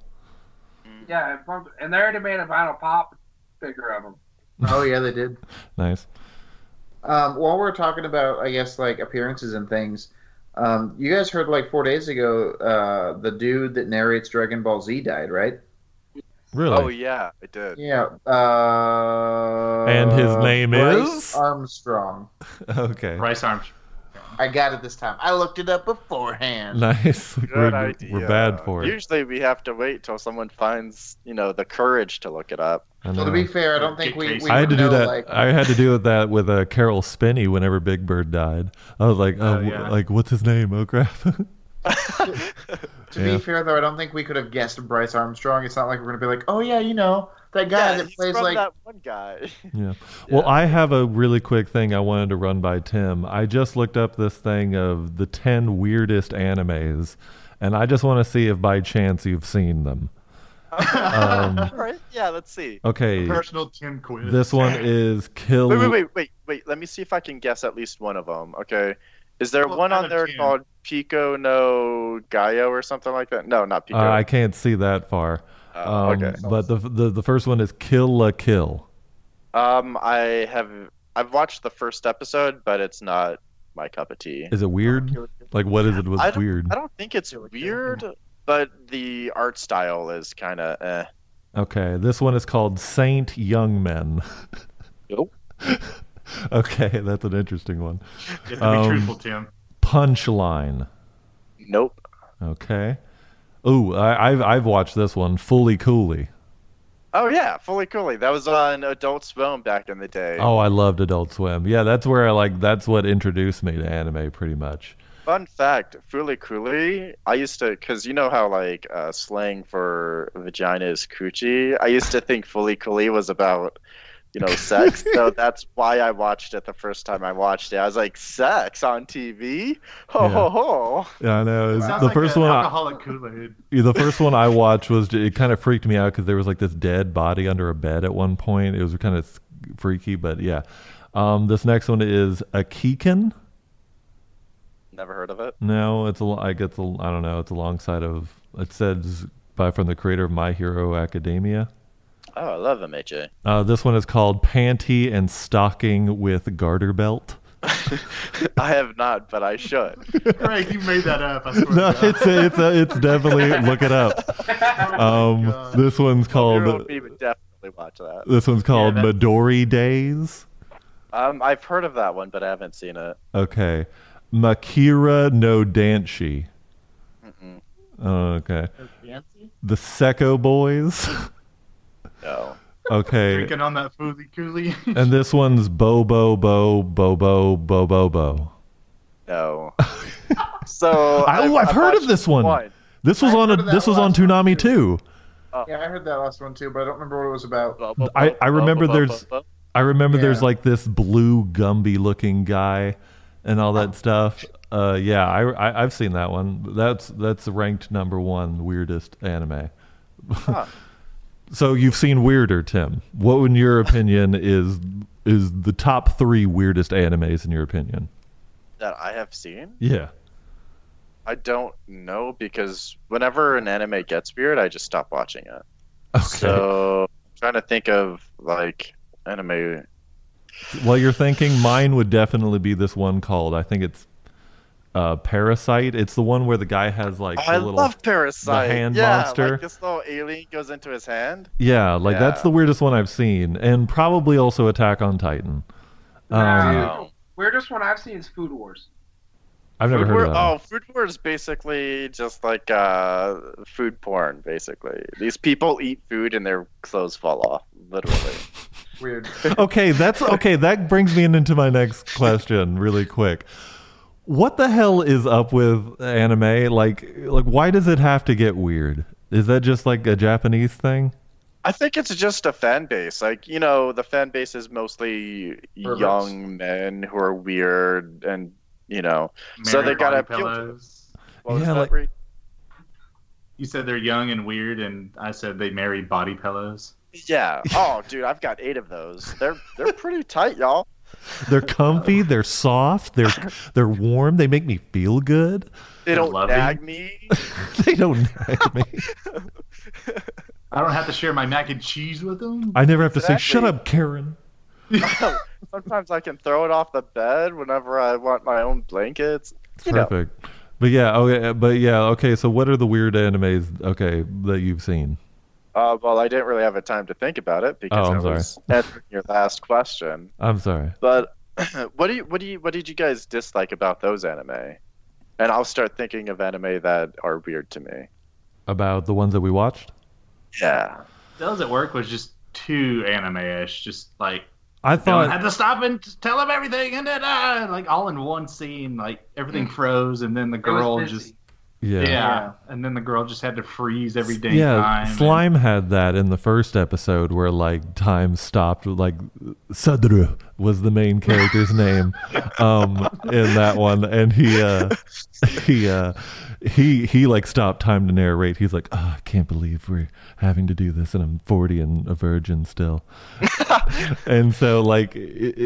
Speaker 8: Yeah, and from- and they already made a vinyl pop figure of him.
Speaker 7: Oh yeah, they did.
Speaker 4: Nice.
Speaker 7: Um, while we're talking about, I guess, like appearances and things, um, you guys heard like four days ago, uh, the dude that narrates Dragon Ball Z died, right?
Speaker 4: Really?
Speaker 5: Oh yeah, I did.
Speaker 7: Yeah. Uh,
Speaker 4: And his name
Speaker 7: Bryce
Speaker 4: is?
Speaker 7: Armstrong.
Speaker 4: Okay.
Speaker 6: Rice Arms.
Speaker 7: I got it this time. I looked it up beforehand.
Speaker 4: Nice.
Speaker 5: Good
Speaker 4: we're,
Speaker 5: idea.
Speaker 4: we're bad for it.
Speaker 5: Usually, we have to wait till someone finds, you know, the courage to look it up.
Speaker 4: I,
Speaker 7: Well,
Speaker 4: know.
Speaker 7: to be fair, I don't think
Speaker 6: Dick
Speaker 7: we,
Speaker 6: Tracy.
Speaker 7: we
Speaker 4: I had to
Speaker 7: would
Speaker 4: do
Speaker 7: know,
Speaker 4: that. Uh,
Speaker 7: Like,
Speaker 4: I had to deal with that with uh, Carol Spinney whenever Big Bird died. I was like, oh,
Speaker 6: Oh,
Speaker 4: w-
Speaker 6: yeah.
Speaker 4: like what's his name? Oh crap.
Speaker 7: to
Speaker 4: yeah.
Speaker 7: be fair, though, I don't think we could have guessed Bryce Armstrong. It's not like we're gonna be like, oh yeah, you know that guy that
Speaker 5: he's
Speaker 7: plays
Speaker 5: from
Speaker 7: like.
Speaker 5: that one guy.
Speaker 4: Yeah. Well, I have a really quick thing I wanted to run by Tim. I just looked up this thing of the 10 weirdest animes, and I just want to see if by chance you've seen them. Um,
Speaker 5: right? Yeah, let's see.
Speaker 4: okay.
Speaker 6: Personal Tim quiz.
Speaker 4: This one is Kill.
Speaker 5: Wait, wait, wait, wait, wait. Let me see if I can guess at least one of them. Okay. Is there
Speaker 6: Well,
Speaker 5: one
Speaker 6: kind
Speaker 5: on
Speaker 6: of
Speaker 5: there
Speaker 6: two.
Speaker 5: called Pico no Gaio or something like that? No, not
Speaker 4: Uh,
Speaker 5: Pico.
Speaker 4: I can't see that far.
Speaker 5: Uh,
Speaker 4: Um,
Speaker 5: okay.
Speaker 4: But the, the, the first one is Kill la Kill.
Speaker 5: Um, I have I've watched the first episode, but it's not my cup of tea.
Speaker 4: Is it
Speaker 5: Oh,
Speaker 4: weird? Like, what is it was
Speaker 5: I don't,
Speaker 4: weird?
Speaker 5: I don't think it's weird, but the art style is kind of eh.
Speaker 4: Okay, this one is called Saint Young Men.
Speaker 5: Nope.
Speaker 4: okay, that's an interesting one.
Speaker 6: You have to be
Speaker 4: Um,
Speaker 6: truthful, Tim.
Speaker 4: Punchline.
Speaker 5: Nope.
Speaker 4: Okay. Ooh, I, I've I've watched this one. Fully Cooley.
Speaker 5: Oh yeah, fully coolly. That was on Adult Swim back in the day.
Speaker 4: Oh, I loved Adult Swim. Yeah, that's where I like. That's what introduced me to anime, pretty much.
Speaker 5: Fun fact, Fooly Cooly, I used to, because you know how like uh, slang for vagina is coochie. I used to think Fooly Cooly was about, you know, sex. so that's why I watched it the first time I watched it. I was like, sex on TV? Ho ho ho.
Speaker 4: Yeah, I know. it's-
Speaker 6: Sounds
Speaker 4: the
Speaker 6: like
Speaker 4: first
Speaker 6: a
Speaker 4: one, I,
Speaker 6: Alcoholic Kool-Aid.
Speaker 4: the first one I watched was it kind of freaked me out because there was like this dead body under a bed at one point. It was kind of freaky, but yeah. Um, this next one is Akiken.
Speaker 5: Never heard of it.
Speaker 4: No, it's a, lo- I get the I don't know. It's alongside of it says by from the creator of My Hero Academia.
Speaker 5: Oh, I love MHA.
Speaker 4: Uh, this one is called Panty and Stocking with Garter Belt.
Speaker 5: I have not, but I should.
Speaker 6: Greg, you made that up. I swear
Speaker 4: No,
Speaker 6: to Oh God.
Speaker 4: it's a, it's a, it's definitely look it up.
Speaker 8: Uh,
Speaker 4: Um,
Speaker 6: Oh God.
Speaker 4: this one's
Speaker 5: Old
Speaker 4: called
Speaker 5: me would definitely watch that.
Speaker 4: this one's called
Speaker 6: Yeah, that-
Speaker 4: Midori Days.
Speaker 5: Um, I've heard of that one, but I haven't seen it.
Speaker 4: Okay, Makira no Danshi.
Speaker 5: Mm-mm.
Speaker 4: Oh, okay, the Seko Boys.
Speaker 5: No.
Speaker 4: Okay,
Speaker 6: Drinking on that Foozy Cooley.
Speaker 4: and this one's Bobo Bo Bobo Bobo Bo.
Speaker 5: No. so.
Speaker 4: I, oh, I've, heard of
Speaker 5: watched
Speaker 4: this one.
Speaker 5: one.
Speaker 4: This was
Speaker 7: I've
Speaker 4: on a,
Speaker 7: heard of that
Speaker 4: this was on
Speaker 7: last one,
Speaker 4: Toonami too.
Speaker 7: Yeah, I heard that last one too, but I don't remember what it was about.
Speaker 4: I- I remember there's- I remember
Speaker 7: Yeah.
Speaker 4: there's like this blue Gumby looking guy and all that stuff. Uh, yeah, I, I I've seen that one. That's that's ranked number one weirdest anime. so you've seen weirder, Tim. What, in your opinion, is is the top three weirdest animes in your opinion?
Speaker 5: that I have seen.
Speaker 4: Yeah.
Speaker 5: I don't know because whenever an anime gets weird, I just stop watching it.
Speaker 4: Okay.
Speaker 5: So I'm trying to think of like anime.
Speaker 4: Well, you're thinking mine would definitely be this one called. I think it's uh, Parasite. It's the one where the guy has like
Speaker 5: Oh, I
Speaker 4: the little
Speaker 5: love Parasite.
Speaker 4: the hand
Speaker 5: yeah,
Speaker 4: monster.
Speaker 5: like this little alien goes into his hand.
Speaker 4: yeah, like that's
Speaker 5: Yeah.
Speaker 4: the weirdest one I've seen, and probably also Attack on Titan. Um,
Speaker 8: Nah, weirdest one I've seen is Food Wars.
Speaker 4: I've never
Speaker 5: food
Speaker 4: heard
Speaker 5: war,
Speaker 4: of that. one.
Speaker 5: oh, food war is basically just like uh, food porn. Basically, these people eat food and their clothes fall off. Literally,
Speaker 7: Weird.
Speaker 5: oh.
Speaker 4: okay, that's okay. That brings me into my next question really quick. What the hell is up with anime? Like, like why does it have to get weird? Is that just like a Japanese thing?
Speaker 5: I think it's just a fan base. Like you know, the fan base is mostly
Speaker 7: Perverts.
Speaker 5: young men who are weird and you know. So they
Speaker 6: Mary
Speaker 5: gotta
Speaker 6: body
Speaker 5: appeal to-
Speaker 6: pillows.
Speaker 5: What was
Speaker 4: Yeah,
Speaker 5: that,
Speaker 4: like-
Speaker 5: Reed?
Speaker 6: You said they're young and weird, and I said they marry body pillows.
Speaker 5: Yeah. Oh, dude, I've got eight of those. They're they're pretty tight, y'all.
Speaker 4: They're comfy. They're soft. They're they're warm. They make me feel good.
Speaker 5: They don't
Speaker 6: Loving.
Speaker 5: nag me.
Speaker 4: They don't nag me.
Speaker 6: I don't have to share my mac and cheese with them.
Speaker 4: I never have to say,
Speaker 5: Exactly.
Speaker 4: "Shut up, Karen."
Speaker 5: Sometimes I can throw it off the bed whenever I want my own blankets. You know,
Speaker 4: Perfect. But yeah, okay, but yeah, okay. So, what are the weird animes? Okay, that you've seen.
Speaker 5: uh, well, I didn't really have a time to think about it because
Speaker 4: Oh, I'm
Speaker 5: I
Speaker 4: sorry.
Speaker 5: was answering your last question.
Speaker 4: I'm sorry.
Speaker 5: But what do you what do you what did you guys dislike about those anime? And I'll start thinking of anime that are weird to me.
Speaker 4: About the ones that we watched.
Speaker 5: Yeah.
Speaker 6: Does it work? Was just too anime-ish. Just like
Speaker 4: I
Speaker 6: I
Speaker 4: thought
Speaker 6: had to stop and t- tell them everything, and then uh, like all in one scene, like everything froze, and then the
Speaker 8: Mm. It was
Speaker 6: girl
Speaker 8: busy.
Speaker 6: just
Speaker 4: yeah.
Speaker 6: yeah. and then the girl just had to freeze every day.
Speaker 4: yeah,
Speaker 6: time, and-
Speaker 4: slime had that in the first episode where like time stopped. Like Sadru was the main character's name um, in that one, and he uh, he uh, he he like stopped time to narrate. He's like, oh, I can't believe we're having to do this, and I'm 40 and a virgin still. and so like it,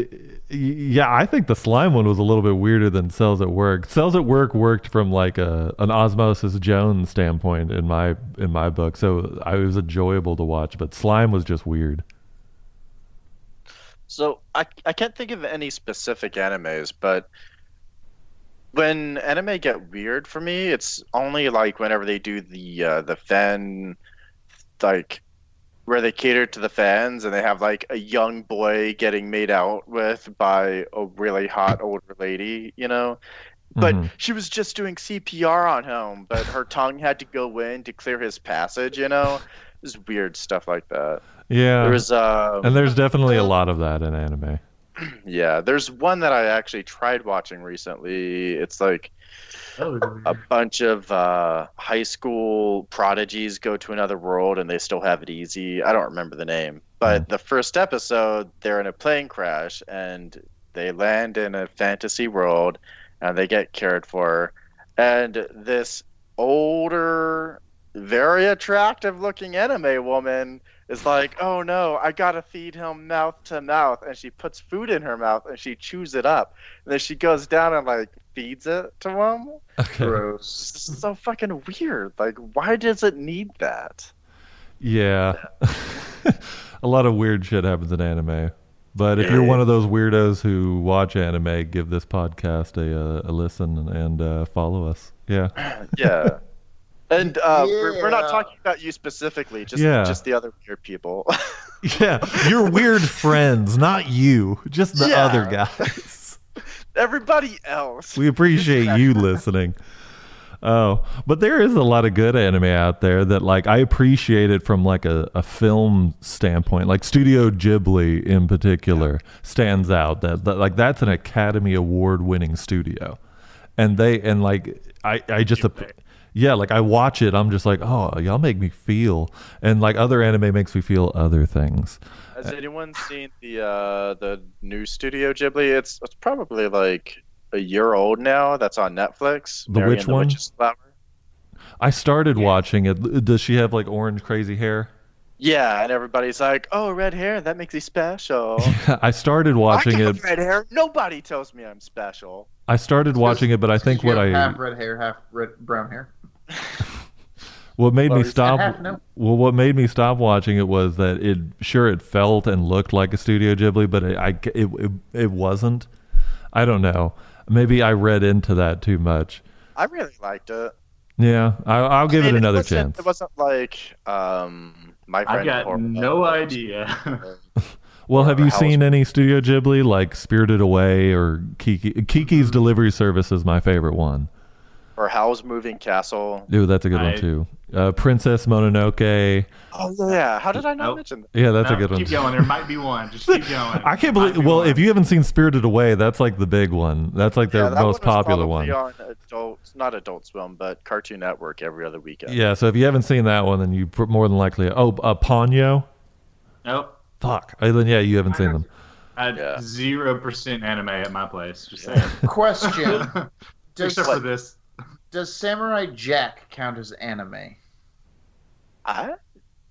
Speaker 4: it, yeah i think the slime one was a little bit weirder than cells at work cells at work worked from like a an osmosis jones standpoint in my in my book so i it was enjoyable to watch but slime was just weird
Speaker 5: So I I can't think of any specific animes, but when anime get weird for me, it's only like whenever they do the uh, the fan like where they cater to the fans and they have like a young boy getting made out with by a really hot older lady, you know. But
Speaker 4: Mhm.
Speaker 5: she was just doing CPR on him, but her tongue had to go in to clear his passage, you know. It's weird stuff like that.
Speaker 4: yeah
Speaker 5: There was uh
Speaker 4: and there's definitely a lot of that in anime
Speaker 5: yeah, there's one that I actually tried watching recently. It's like
Speaker 6: Oh,
Speaker 5: a bunch of uh, high school prodigies go to another world and they still have it easy. I don't remember the name, but the first episode, they're in a plane crash and they land in a fantasy world and they get cared for. And this older, very attractive looking anime woman is like, oh no, I gotta feed him mouth to mouth. And she puts food in her mouth and she chews it up. And then she goes down and like feeds it to him.
Speaker 4: okay
Speaker 7: Gross.
Speaker 5: It's just so fucking weird. Like, why does it need that?
Speaker 4: yeah a lot of weird shit happens in anime but if you're one of those weirdos who watch anime give this podcast a, uh, a listen and uh, follow us yeah
Speaker 5: Yeah. And uh, We're, we're
Speaker 7: Yeah.
Speaker 5: not talking about you specifically, just
Speaker 4: Yeah.
Speaker 5: just the other weird people.
Speaker 4: Yeah, your weird friends, not you, just the
Speaker 5: Yeah.
Speaker 4: other guys.
Speaker 5: Everybody else.
Speaker 4: We appreciate you listening. Oh, but there is a lot of good anime out there that like I appreciate it from like a, a film standpoint. Like Studio Ghibli in particular stands out. That, that like that's an Academy Award winning studio. And they and like I I just yeah, like I watch it, I'm just like, "Oh, y'all make me feel." And like other anime makes me feel other things.
Speaker 5: Has
Speaker 4: Uh,
Speaker 5: anyone seen the uh, the new Studio Ghibli? It's it's probably like a year old now. That's on Netflix.
Speaker 4: The
Speaker 5: Mary
Speaker 4: which
Speaker 5: and the
Speaker 4: one?
Speaker 5: Witch's Flower.
Speaker 4: I started watching it. Does she have like orange crazy hair?
Speaker 5: Yeah, and everybody's like, "Oh, red hair. That makes you special."
Speaker 4: I started
Speaker 5: I
Speaker 4: watching
Speaker 5: can
Speaker 4: it.
Speaker 5: have red hair. Nobody tells me I'm special.
Speaker 4: I started watching it, but I think what
Speaker 7: You have
Speaker 4: I
Speaker 7: half red hair, half red brown hair.
Speaker 4: what made me
Speaker 5: Well, it's
Speaker 4: stop
Speaker 7: half now.
Speaker 4: well what made me stop watching it was that it sure it felt and looked like a Studio Ghibli, but it I, it, it it wasn't. I don't know. Maybe I read into that too much.
Speaker 5: I really liked it.
Speaker 4: Yeah, I, I'll give
Speaker 5: I mean,
Speaker 4: it another
Speaker 5: wasn't-
Speaker 4: chance.
Speaker 5: It wasn't like um, my friend. uh,
Speaker 6: I got
Speaker 5: Coraline
Speaker 6: no
Speaker 5: or-
Speaker 6: idea.
Speaker 4: well, have you
Speaker 5: House-
Speaker 4: seen any Studio Ghibli like Spirited Away or Kiki?
Speaker 6: Mm-hmm.
Speaker 4: Kiki's Delivery Service is my favorite one.
Speaker 5: Or Howl's Moving Castle.
Speaker 4: Ooh, that's a good
Speaker 6: I-
Speaker 4: one too. Uh, Princess Mononoke.
Speaker 5: Oh yeah, how did I not
Speaker 6: Nope.
Speaker 5: mention that?
Speaker 4: Yeah, that's
Speaker 6: No,
Speaker 4: a good one.
Speaker 6: Keep
Speaker 4: too.
Speaker 6: going. There might be one. Just keep going.
Speaker 4: I can't
Speaker 6: Might
Speaker 4: believe.
Speaker 6: be
Speaker 4: Well,
Speaker 6: one.
Speaker 4: if you haven't seen Spirited Away, that's like the big one. That's like their
Speaker 5: Yeah, that
Speaker 4: most
Speaker 5: one was
Speaker 4: popular one.
Speaker 5: probably On adult, not Adult Swim, but Cartoon Network every other weekend.
Speaker 4: Yeah, so if you haven't seen that one, then you pr- more than likely. Oh, uh, Ponyo.
Speaker 6: nope,
Speaker 4: Fuck. Uh, then yeah, you haven't seen them.
Speaker 5: Yeah.
Speaker 6: I zero percent anime at my place. Just saying.
Speaker 7: Question: Does,
Speaker 6: Except for this.
Speaker 7: does Samurai Jack count as anime?
Speaker 5: I,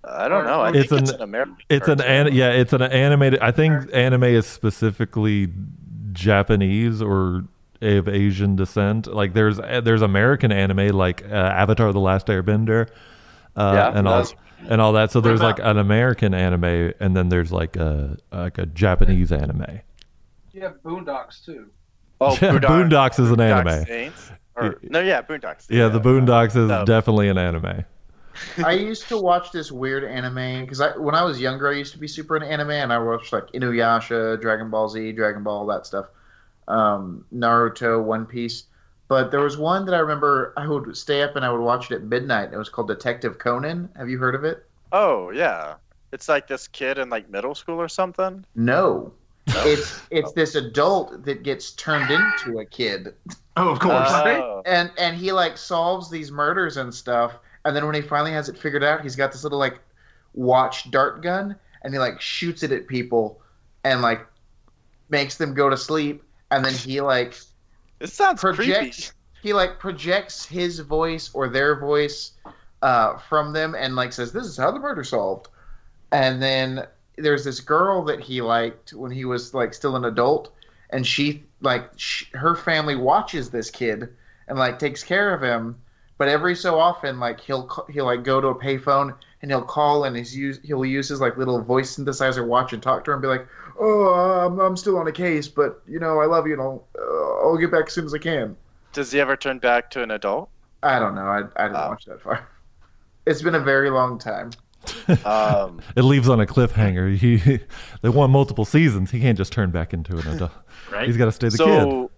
Speaker 5: I don't know. I
Speaker 4: It's
Speaker 5: think it's
Speaker 4: an-
Speaker 5: an American.
Speaker 4: It's an,
Speaker 5: cartoon.
Speaker 4: an yeah, it's an animated. I think anime is specifically Japanese or of Asian descent. Like there's uh, there's American anime like uh, Avatar: The Last Airbender, uh,
Speaker 5: Yeah,
Speaker 4: and all
Speaker 5: that's-
Speaker 4: and all that. So there's like
Speaker 6: about-
Speaker 4: an American anime, and then there's like a like a Japanese anime.
Speaker 8: You have Boondocks too.
Speaker 5: Oh,
Speaker 4: Yeah,
Speaker 5: Boondock,
Speaker 4: Boondocks is an
Speaker 5: Boondock
Speaker 4: anime.
Speaker 5: Saints? Or, no, yeah, Boondocks.
Speaker 4: Yeah, the Boondocks is
Speaker 5: Um,
Speaker 4: definitely an anime.
Speaker 7: I used to watch this weird anime because I, when I was younger, I used to be super into anime, and I watched like Inuyasha, Dragon Ball Z, Dragon Ball, all that stuff, um, Naruto, One Piece. But there was one that I remember I would stay up and I would watch it at midnight. and It was called Detective Conan. Have you heard of it?
Speaker 5: Oh yeah, it's like this kid in like middle school or something.
Speaker 7: No. It's it's this adult that gets turned into a kid,
Speaker 6: Oh, of course.
Speaker 5: Oh.
Speaker 7: and and he like solves these murders and stuff. And then when he finally has it figured out, he's got this little like watch dart gun, and he like shoots it at people, and like makes them go to sleep. And then he like
Speaker 5: It sounds
Speaker 7: projects he like projects his voice or their voice uh, from them and like says this is how the murder solved and then there's this girl that he liked when he was like still an adult and she like sh- her family watches this kid and like takes care of him but every so often like he'll ca- he'll like go to a payphone and he'll call and he's use he'll use his like little voice synthesizer watch and talk to her and be like oh uh, I'm, I'm still on a case but you know i love you and i'll, uh, I'll get back as soon as i can
Speaker 5: creepy. Does he ever turn back to an adult?
Speaker 7: I don't know. I, I didn't
Speaker 5: Oh.
Speaker 7: watch that far. It's been a very long time.
Speaker 5: Um,
Speaker 4: It leaves on a cliffhanger. He they won multiple seasons. He can't just turn back into an adult.
Speaker 6: Right?
Speaker 4: He's got to stay the kid.
Speaker 5: so,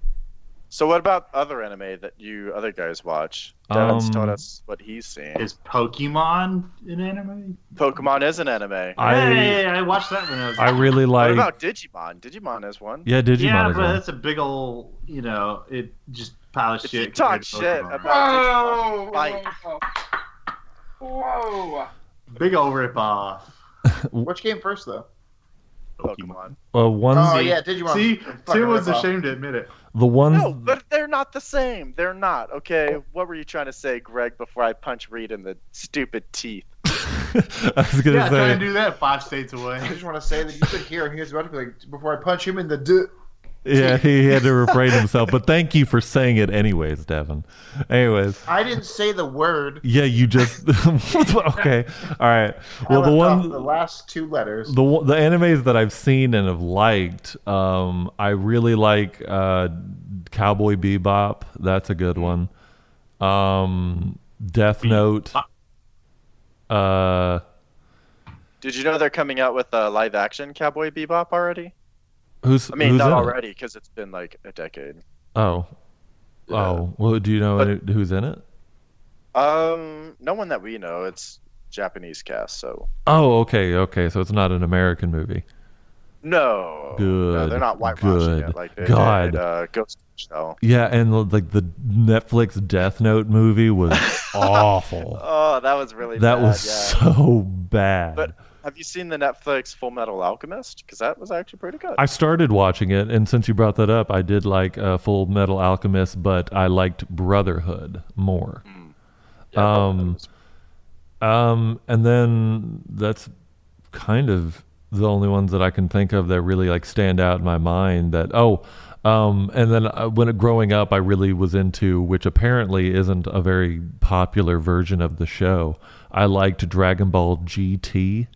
Speaker 5: so what about other anime that you other guys watch? Devin's
Speaker 4: Um,
Speaker 5: told us what he's seen.
Speaker 6: Is Pokemon an anime?
Speaker 5: Pokemon is an anime.
Speaker 4: I
Speaker 6: hey, I watched that when I was.
Speaker 4: I really
Speaker 5: what
Speaker 4: like
Speaker 5: about Digimon? Digimon is one.
Speaker 4: yeah Digimon.
Speaker 6: yeah,
Speaker 4: is
Speaker 6: but
Speaker 4: one.
Speaker 6: that's a big old, you know, it just pile of
Speaker 5: If
Speaker 6: shit.
Speaker 5: you talk
Speaker 6: compared to
Speaker 5: shit
Speaker 6: Pokemon.
Speaker 4: Oh!
Speaker 5: about
Speaker 8: Whoa!
Speaker 5: Bite.
Speaker 8: Oh, Whoa! whoa.
Speaker 6: big old ripoff.
Speaker 7: Which came first, though?
Speaker 5: Pokemon,
Speaker 4: Uh, one's
Speaker 7: Oh, yeah, Digimon.
Speaker 6: See,
Speaker 7: Fucking
Speaker 6: Tim was
Speaker 7: ripoff.
Speaker 6: ashamed to admit it.
Speaker 4: the ones.
Speaker 5: no, but they're not the same. They're not. Okay, what were you trying to say, Greg? Before I punch Reed in the stupid teeth.
Speaker 4: I was gonna
Speaker 6: Yeah, try
Speaker 4: say
Speaker 6: and do that five states away.
Speaker 7: I just want to say that you could hear him. He was about to be like, before I punch him in the d.
Speaker 4: yeah he had to refrain himself. But thank you for saying it anyways, Devin. Anyways.
Speaker 7: I didn't say the word.
Speaker 4: Yeah, you just okay. All right. Well,
Speaker 7: I
Speaker 4: the
Speaker 7: left off
Speaker 4: one
Speaker 7: the last two letters.
Speaker 4: the one- the animes that I've seen and have liked, um, I really like uh, Cowboy Bebop. That's a good one. Um, Death Note. Uh,
Speaker 5: Did you know they're coming out with a live action Cowboy Bebop already?
Speaker 4: who's
Speaker 5: I mean,
Speaker 4: who's
Speaker 5: not
Speaker 4: in it?
Speaker 5: already because it's been like a decade.
Speaker 4: Oh, oh. Well, do you know
Speaker 5: But-
Speaker 4: who's in it?
Speaker 5: Um, no one that we know. It's Japanese cast, so
Speaker 4: Oh, okay, okay. So it's not an American movie.
Speaker 5: no, no,
Speaker 4: Good,
Speaker 5: they're not whitewashing
Speaker 4: good.
Speaker 5: it like they
Speaker 4: God.
Speaker 5: did uh, Ghost in the Shell.
Speaker 4: Yeah, and like the Netflix Death Note movie was awful.
Speaker 5: Oh, that was really
Speaker 4: That
Speaker 5: bad,
Speaker 4: was
Speaker 5: yeah.
Speaker 4: so bad.
Speaker 5: But have you seen the Netflix Full Metal Alchemist? Because that was actually pretty good.
Speaker 4: I started watching it, and since you brought that up, I did like uh, Full Metal Alchemist, but I liked Brotherhood more.
Speaker 5: Yeah,
Speaker 4: um,
Speaker 5: that was-
Speaker 4: Um, and then that's kind of the only ones that I can think of that really like stand out in my mind. That oh, um, and then uh, when it, growing up, I really was into which apparently isn't a very popular version of the show. I liked Dragon Ball GT.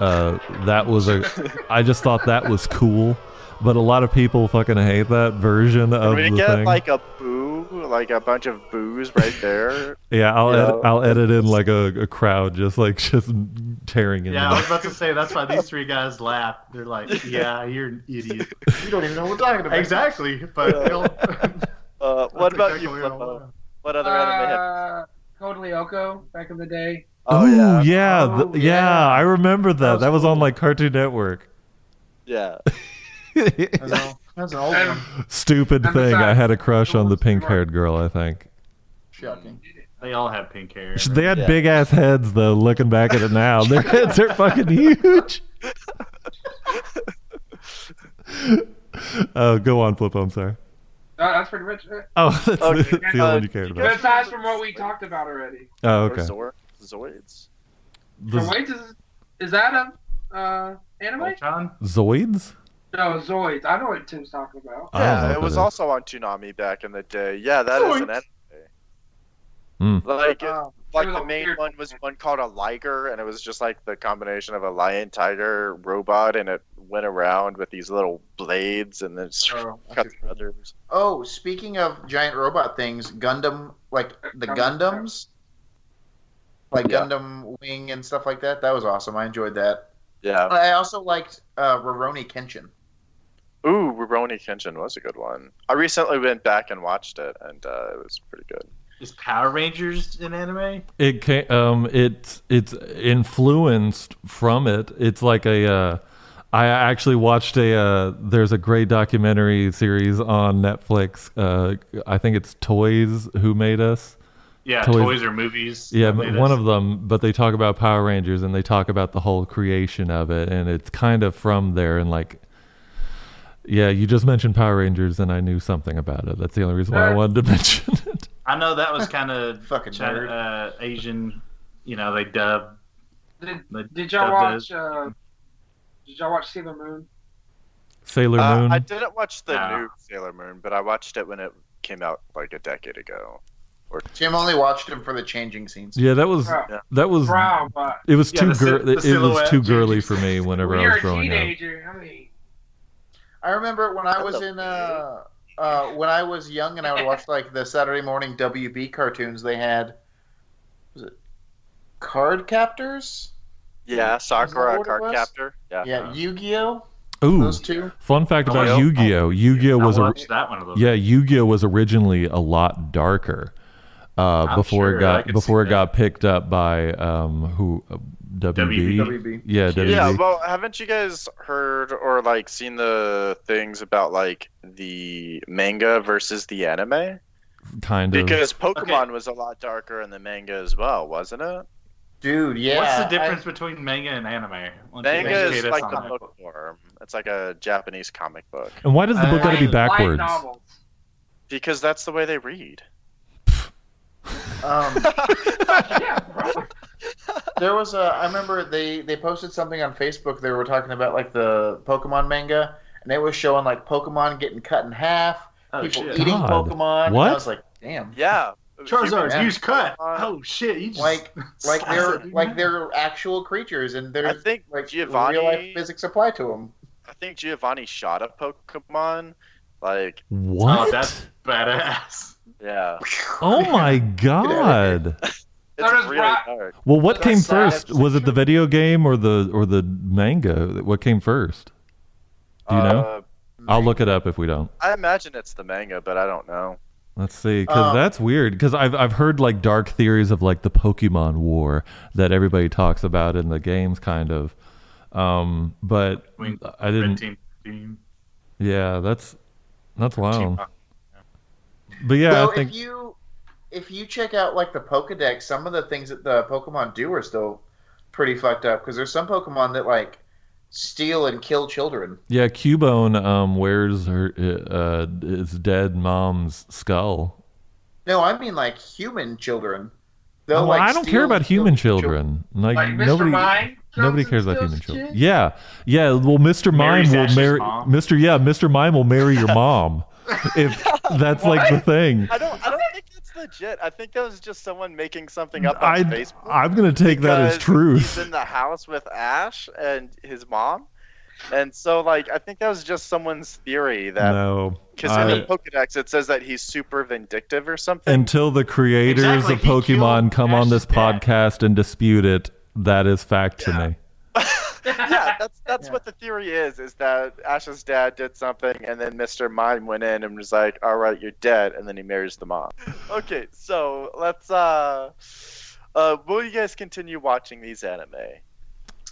Speaker 4: uh, that was a. I just thought that was cool, but a lot of people fucking hate that version of
Speaker 5: we
Speaker 4: the
Speaker 5: get
Speaker 4: thing.
Speaker 5: like a boo, like a bunch of boos right there.
Speaker 4: yeah, I'll
Speaker 5: Yeah.
Speaker 4: edit, I'll edit in like a, a crowd just like just tearing into
Speaker 6: Yeah, I was
Speaker 4: that.
Speaker 6: about to say that's why these three guys laugh. They're like, "Yeah, you're an idiot."
Speaker 7: You don't even know what we're talking about.
Speaker 6: exactly, but they'll,
Speaker 5: Uh, what
Speaker 6: that's
Speaker 5: about
Speaker 6: exactly
Speaker 5: you?
Speaker 6: what I
Speaker 5: Flippo?
Speaker 6: want.
Speaker 5: What other anime? Have...
Speaker 8: Uh, Code Lyoko back in the day.
Speaker 5: Oh
Speaker 4: Ooh,
Speaker 5: yeah,
Speaker 4: yeah, th-
Speaker 8: Oh,
Speaker 4: yeah,
Speaker 8: yeah.
Speaker 4: I remember that. That
Speaker 8: That
Speaker 4: was,
Speaker 8: was
Speaker 4: on like Cartoon Network.
Speaker 5: yeah.
Speaker 7: I know. That's an old
Speaker 8: And
Speaker 7: one.
Speaker 4: Stupid
Speaker 8: And
Speaker 4: thing. I
Speaker 8: besides,
Speaker 4: had a crush
Speaker 8: the
Speaker 4: on the
Speaker 8: ones that
Speaker 4: pink
Speaker 8: were-
Speaker 4: haired girl. I think
Speaker 7: Shocking.
Speaker 6: They all have pink hair.
Speaker 4: they had
Speaker 5: Yeah.
Speaker 4: big ass heads though. Looking back at it now, their heads are fucking huge. Oh, go on, Flip. I'm sorry.
Speaker 8: uh, that's pretty much it.
Speaker 4: Oh, that's,
Speaker 5: Okay,
Speaker 4: that's the
Speaker 5: uh,
Speaker 4: only one you cared about.
Speaker 5: That's-
Speaker 8: Besides from what we talked about already.
Speaker 4: Oh,
Speaker 5: Or
Speaker 4: okay.
Speaker 5: Zor- Zoids.
Speaker 4: The
Speaker 8: So wait, is, is that a uh,
Speaker 5: Oh.
Speaker 8: anime?
Speaker 6: Voltron?
Speaker 4: Zoids?
Speaker 8: No, Zoids. I know what Tim's talking about.
Speaker 4: I don't know
Speaker 5: Yeah,
Speaker 4: what
Speaker 5: it
Speaker 4: that
Speaker 5: was
Speaker 4: is.
Speaker 5: also on Toonami back in the day. Yeah, that is an
Speaker 4: Hmm.
Speaker 5: anime. Like,
Speaker 8: Oh,
Speaker 5: like
Speaker 8: it was
Speaker 5: the
Speaker 8: a
Speaker 5: main
Speaker 8: weird-
Speaker 5: one was one called a liger, and it was just like the combination of a lion, tiger, robot, and it went around with these little blades and then
Speaker 8: Oh,
Speaker 5: cut through others.
Speaker 7: Oh, speaking of giant robot things, Gundam, like the Gundams, like
Speaker 5: Yeah.
Speaker 7: Gundam Wing and stuff like that. That was awesome. I enjoyed that.
Speaker 5: Yeah.
Speaker 7: I also liked uh, Roroni Kenshin.
Speaker 5: Ooh, Rurouni Kenshin was a good one. I recently went back and watched it, and uh, it was pretty good.
Speaker 6: Is Power Rangers an anime?
Speaker 4: It came, um, it's it's influenced from it. It's like a. Uh, I actually watched a. Uh, there's a great documentary series on Netflix. Uh, I think it's Toys Who Made Us.
Speaker 6: Yeah,
Speaker 4: Toys-
Speaker 6: toys, or movies.
Speaker 4: Yeah,
Speaker 6: They
Speaker 4: m-
Speaker 6: made
Speaker 4: one
Speaker 6: us.
Speaker 4: of them. But they talk about Power Rangers and they talk about the whole creation of it, and it's kind of from there. And like, yeah, you just mentioned Power Rangers, and I knew something about it. That's the only reason why I
Speaker 8: Nerd.
Speaker 4: wanted to mention it.
Speaker 6: I know that was kind of
Speaker 7: Fucking nerd.
Speaker 6: uh, Asian. You know, they dub.
Speaker 8: Did,
Speaker 6: They
Speaker 8: did y'all
Speaker 6: dubbed as-
Speaker 8: watch? Uh, did y'all watch Sailor Moon?
Speaker 4: Sailor
Speaker 5: Uh,
Speaker 4: Moon.
Speaker 5: I didn't watch the
Speaker 6: Yeah.
Speaker 5: new Sailor Moon, but I watched it when it came out like a decade ago.
Speaker 7: Tim only watched him for the changing scenes.
Speaker 4: yeah, that was
Speaker 8: Yeah.
Speaker 4: that was
Speaker 8: Brown, but
Speaker 4: It was
Speaker 6: Yeah,
Speaker 4: too
Speaker 6: the si-
Speaker 4: gir- it,
Speaker 6: the
Speaker 4: it was
Speaker 6: silhouette.
Speaker 4: too girly for me whenever
Speaker 8: when
Speaker 4: I
Speaker 8: you're
Speaker 4: was
Speaker 8: a
Speaker 4: growing up.
Speaker 8: teenager, I mean,
Speaker 7: I remember when I
Speaker 5: What
Speaker 7: was
Speaker 5: the
Speaker 7: in uh, uh, when I was young and I would watch like the Saturday morning WB cartoons. They had was it Card Captors?
Speaker 5: Yeah,
Speaker 7: that
Speaker 5: Sakura
Speaker 7: what it
Speaker 5: Card
Speaker 7: was?
Speaker 5: Captor. Yeah.
Speaker 6: Uh-huh.
Speaker 7: Yeah, Yu-Gi-Oh.
Speaker 4: Ooh,
Speaker 7: Those two.
Speaker 4: fun fact
Speaker 6: Oh,
Speaker 4: about
Speaker 6: yeah.
Speaker 4: Yu-Gi-Oh! Yu-Gi-Oh was
Speaker 6: I
Speaker 4: a
Speaker 6: watched that one of those.
Speaker 4: yeah, Yu-Gi-Oh was originally a lot darker uh,
Speaker 6: I'm
Speaker 4: before
Speaker 6: sure,
Speaker 4: it
Speaker 6: I
Speaker 4: got
Speaker 6: could
Speaker 4: before it
Speaker 6: see that.
Speaker 4: got picked up by um who uh, WB.
Speaker 7: WB.
Speaker 4: yeah WB
Speaker 5: Yeah, well, haven't you guys heard or like seen the things about like the manga versus the anime?
Speaker 4: kind of
Speaker 5: Because Pokemon was a lot darker in the manga as well, wasn't it?
Speaker 7: Dude, yeah.
Speaker 6: What's the
Speaker 7: I-
Speaker 6: difference between manga and anime? Why don't you
Speaker 5: Manga is
Speaker 6: educate us
Speaker 5: like
Speaker 6: on
Speaker 5: the
Speaker 6: that?
Speaker 5: book form. It's like a Japanese comic book
Speaker 4: and why does the book got to be
Speaker 8: light- light
Speaker 4: backwards?
Speaker 8: novels.
Speaker 5: because that's the way they read.
Speaker 7: um,
Speaker 8: yeah, bro.
Speaker 7: there was a. I remember they they posted something on Facebook. They were talking about like the Pokemon manga, and they were showing like Pokemon getting cut in half,
Speaker 6: Oh,
Speaker 7: people
Speaker 6: shit.
Speaker 7: eating
Speaker 4: God.
Speaker 7: Pokemon. and
Speaker 4: What?
Speaker 7: I was like, damn.
Speaker 5: Yeah. Uh,
Speaker 6: Charizard's
Speaker 7: Yeah.
Speaker 6: huge cut.
Speaker 5: Pokemon.
Speaker 6: Oh shit! You just
Speaker 7: Like, like they're
Speaker 6: Slice it.
Speaker 7: like they're actual creatures, and
Speaker 5: I
Speaker 7: they're
Speaker 5: think
Speaker 7: like
Speaker 5: Giovanni.
Speaker 7: real life physics apply to them.
Speaker 5: I think Giovanni shot a Pokemon. Like,
Speaker 4: What?
Speaker 6: Oh, that's badass.
Speaker 5: yeah,
Speaker 4: Oh my god!
Speaker 5: it's
Speaker 8: does
Speaker 5: really
Speaker 8: Brock-
Speaker 5: dark.
Speaker 4: Well, what
Speaker 7: That's
Speaker 4: came
Speaker 7: sad.
Speaker 4: first? Was it the video game or the or the manga? What came first? Do you know?
Speaker 5: Uh,
Speaker 4: I'll look it up if we don't.
Speaker 5: I imagine it's the manga, but I don't know.
Speaker 4: Let's see, because
Speaker 7: Um,
Speaker 4: that's weird. Because I've I've heard like dark theories of like the Pokemon War that everybody talks about in the games, kind of. Um, but
Speaker 6: I mean,
Speaker 4: I
Speaker 6: Red
Speaker 4: didn't.
Speaker 6: team, team.
Speaker 4: Yeah, that's that's wild.
Speaker 6: Pokemon.
Speaker 4: But yeah,
Speaker 7: so
Speaker 4: I think
Speaker 7: if you if you check out like the Pokedex, some of the things that the Pokemon do are still pretty fucked up because there's some Pokemon that like steal and kill children.
Speaker 4: yeah, Cubone um wears her uh his dead mom's skull.
Speaker 7: No, I mean like human children. They'll,
Speaker 4: Well,
Speaker 7: like,
Speaker 4: I don't
Speaker 7: steal
Speaker 4: care about
Speaker 7: and kill
Speaker 4: human children. Like,
Speaker 8: like Mr.
Speaker 4: nobody.
Speaker 8: Mime. comes
Speaker 4: Nobody
Speaker 8: and
Speaker 4: cares about
Speaker 8: steals
Speaker 4: human children.
Speaker 8: shit.
Speaker 4: Yeah, yeah. Well, Mr.
Speaker 6: Marries
Speaker 4: Mime will
Speaker 6: Ash's
Speaker 4: marry
Speaker 6: mom.
Speaker 4: Mr. Yeah, Mr. Mime will marry your mom. if that's like the thing.
Speaker 5: I don't. I don't think that's the legit. I think that was just someone making something up on
Speaker 4: I,
Speaker 5: Facebook.
Speaker 4: I'm going to take that as
Speaker 5: because
Speaker 4: truth.
Speaker 5: He's in the house with Ash and his mom. And so, like, I think that was just someone's theory that
Speaker 4: no.
Speaker 5: because
Speaker 4: I-
Speaker 5: in the Pokedex it says that he's super vindictive or something.
Speaker 4: until the creators
Speaker 6: Exactly,
Speaker 4: of
Speaker 6: he
Speaker 4: Pokemon
Speaker 6: killed
Speaker 4: come on this
Speaker 6: Ash's dad.
Speaker 4: podcast and dispute it, that is fact to me.
Speaker 5: yeah, that's that's what the theory is. Is that Ash's dad did something, and then Mr. Mime went in and was like, "All right, you're dead," and then he marries the mom. okay, so let's. uh uh, will you guys continue watching these anime? the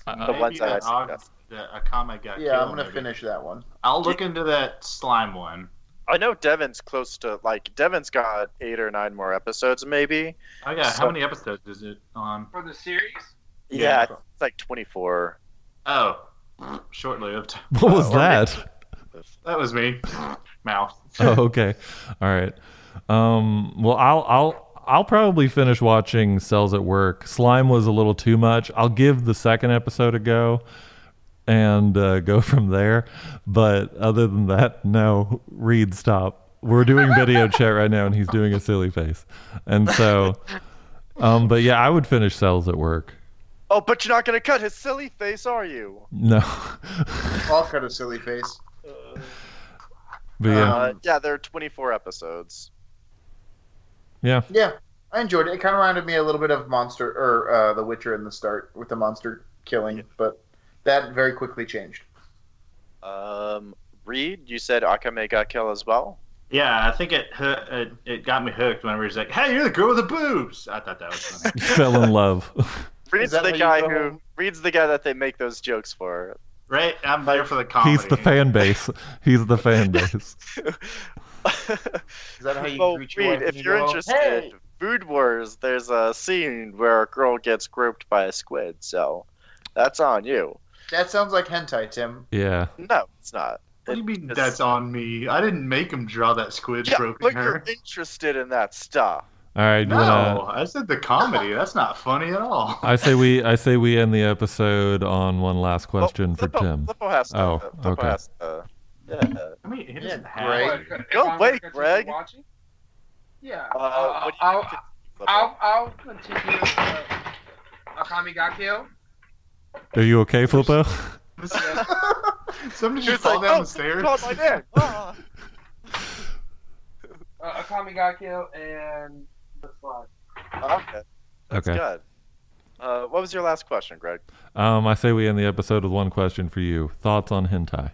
Speaker 6: Uh, Maybe
Speaker 5: ones that I
Speaker 6: the Og-
Speaker 5: suggest.
Speaker 6: the Akame got
Speaker 7: Yeah, I'm
Speaker 6: killed
Speaker 7: gonna
Speaker 6: maybe.
Speaker 7: finish that one.
Speaker 6: I'll look into that slime one.
Speaker 5: I know Devin's close to like Devin's got eight or nine more episodes, maybe.
Speaker 6: I got
Speaker 5: So-
Speaker 6: how many episodes is it on?
Speaker 8: for the series.
Speaker 5: Yeah, it's like 24.
Speaker 6: Oh, short lived.
Speaker 4: What was that?
Speaker 6: That was me. Mouth.
Speaker 4: oh, okay. All right. Um, well, I'll I'll I'll probably finish watching Cells at Work. Slime was a little too much. I'll give the second episode a go and uh, go from there. But other than that, no. Reed, stop. We're doing video chat right now, and he's doing a silly face. And so, um, but yeah, I would finish Cells at Work.
Speaker 5: Oh, but you're not gonna cut his silly face, are you?
Speaker 4: No,
Speaker 7: I'll cut a silly face.
Speaker 4: but yeah,
Speaker 5: Uh, yeah, there are 24 episodes.
Speaker 4: yeah.
Speaker 7: Yeah, I enjoyed it. It kind of reminded me a little bit of Monster or uh, The Witcher in the start with the monster killing, but that very quickly changed.
Speaker 5: Um, Reed, you said Akame got killed as well.
Speaker 6: Yeah, I think it, hoo- it it got me hooked whenever he's like, "Hey, you're the girl with the boobs." I thought that was funny.
Speaker 4: You fell in love.
Speaker 5: Reed's
Speaker 7: that
Speaker 5: the
Speaker 7: how you
Speaker 5: guy
Speaker 7: go
Speaker 5: who
Speaker 7: home?
Speaker 5: Reed's the guy that they make those jokes for.
Speaker 6: right? I'm there for the comedy.
Speaker 4: He's the fan base. He's the fan base.
Speaker 7: Is that how you
Speaker 5: oh,
Speaker 7: greet your
Speaker 5: Reed,
Speaker 7: wife
Speaker 5: if
Speaker 7: when you
Speaker 5: you're
Speaker 7: go,
Speaker 5: interested,
Speaker 7: "Hey!"
Speaker 5: Food Wars. There's a scene where a girl gets groped by a squid, so that's on you.
Speaker 7: That sounds like hentai, Tim.
Speaker 4: Yeah.
Speaker 5: No, it's not.
Speaker 6: What do you mean
Speaker 5: It's-
Speaker 6: that's on me? I didn't make him draw that squid
Speaker 5: Yeah,
Speaker 6: groping
Speaker 5: but you're
Speaker 6: her.
Speaker 5: interested in that stuff.
Speaker 4: All right. You wanna,
Speaker 6: No, I said the comedy. That's not funny at all.
Speaker 4: I say we I say we end the episode on one last question
Speaker 5: Oh,
Speaker 4: for
Speaker 5: Flippo-
Speaker 4: Tim.
Speaker 5: Flippo has to-
Speaker 4: Oh,
Speaker 5: Flippo
Speaker 4: okay.
Speaker 5: has to-
Speaker 8: Uh,
Speaker 5: yeah.
Speaker 6: I mean, he doesn't have.
Speaker 7: Greg.
Speaker 8: What, if
Speaker 5: Go
Speaker 8: I'm
Speaker 5: away,
Speaker 8: gonna continue
Speaker 5: Greg.
Speaker 8: watching? Yeah.
Speaker 5: Uh,
Speaker 8: Uh,
Speaker 5: what do you
Speaker 8: I'll,
Speaker 5: think, Flippo?
Speaker 8: I'll, I'll continue. Uh, Akami got killed.
Speaker 4: Are you okay, Flippo?
Speaker 6: Somebody
Speaker 5: She was
Speaker 6: just fall
Speaker 5: like,
Speaker 6: down
Speaker 5: "Oh,
Speaker 6: the stairs.
Speaker 5: called my name. Ah.
Speaker 8: Uh, Akami got killed, and the slide.
Speaker 5: okay. That's
Speaker 4: Okay.
Speaker 5: good. Uh, what was your last question, Greg?
Speaker 4: Um, I say we end the episode with one question for you. Thoughts on hentai?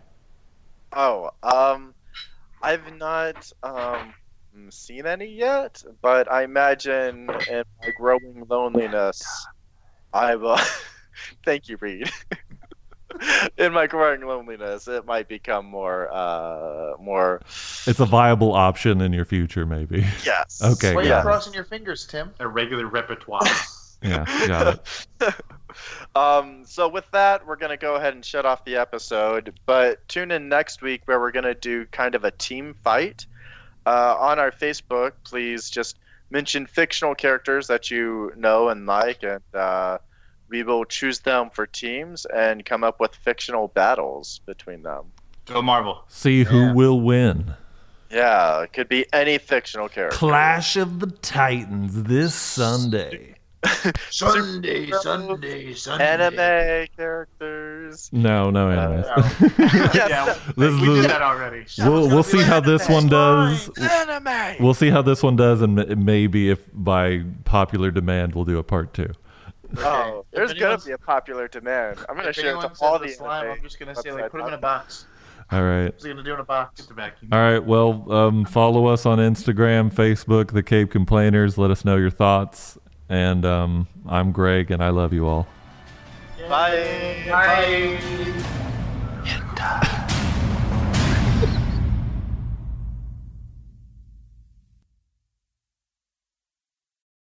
Speaker 5: Oh, um, I've not um, seen any yet, but I imagine in my growing loneliness, I will. Thank you, Reed. in my growing loneliness, it might become more, uh, more.
Speaker 4: It's a viable option in your future, maybe.
Speaker 5: Yes.
Speaker 4: Okay,
Speaker 7: Why are
Speaker 4: got
Speaker 7: you
Speaker 4: it.
Speaker 7: crossing your fingers, Tim?
Speaker 6: A regular repertoire.
Speaker 4: Yeah, got it.
Speaker 5: um, so with that, we're gonna go ahead and shut off the episode. But tune in next week where we're gonna do kind of a team fight. Uh, on our Facebook, please just mention fictional characters that you know and like, and uh, we will choose them for teams and come up with fictional battles between them.
Speaker 6: Go Marvel.
Speaker 4: See who will win.
Speaker 5: Yeah, it could be any fictional character.
Speaker 1: Clash of the Titans this Sunday.
Speaker 7: Sunday,
Speaker 5: Sunday,
Speaker 7: Sunday.
Speaker 5: Anime characters.
Speaker 4: No, no animes.
Speaker 5: Yes,
Speaker 4: This is
Speaker 6: we did
Speaker 4: the,
Speaker 6: that already.
Speaker 4: we'll we'll see how this one does.
Speaker 5: anime.
Speaker 4: We'll see how this one does, and m- maybe if by popular demand, we'll do a part two.
Speaker 5: Oh,
Speaker 7: If
Speaker 5: there's gonna
Speaker 7: anyone's-
Speaker 5: be a popular demand. I'm gonna
Speaker 7: If
Speaker 5: share it to
Speaker 7: anyone
Speaker 5: all
Speaker 7: says
Speaker 5: the
Speaker 7: the slime,
Speaker 5: anime.
Speaker 7: I'm just gonna say
Speaker 5: websites
Speaker 7: like put him in a
Speaker 5: out
Speaker 7: box.
Speaker 4: All right.
Speaker 7: What's he gonna do in a box?
Speaker 6: Get the vacuum.
Speaker 4: All right. Well, um, follow us on Instagram, Facebook, The Cape Complainers. Let us know your thoughts. And um, I'm Greg, and I love you all.
Speaker 5: there. Bye.
Speaker 8: Bye.
Speaker 7: Bye.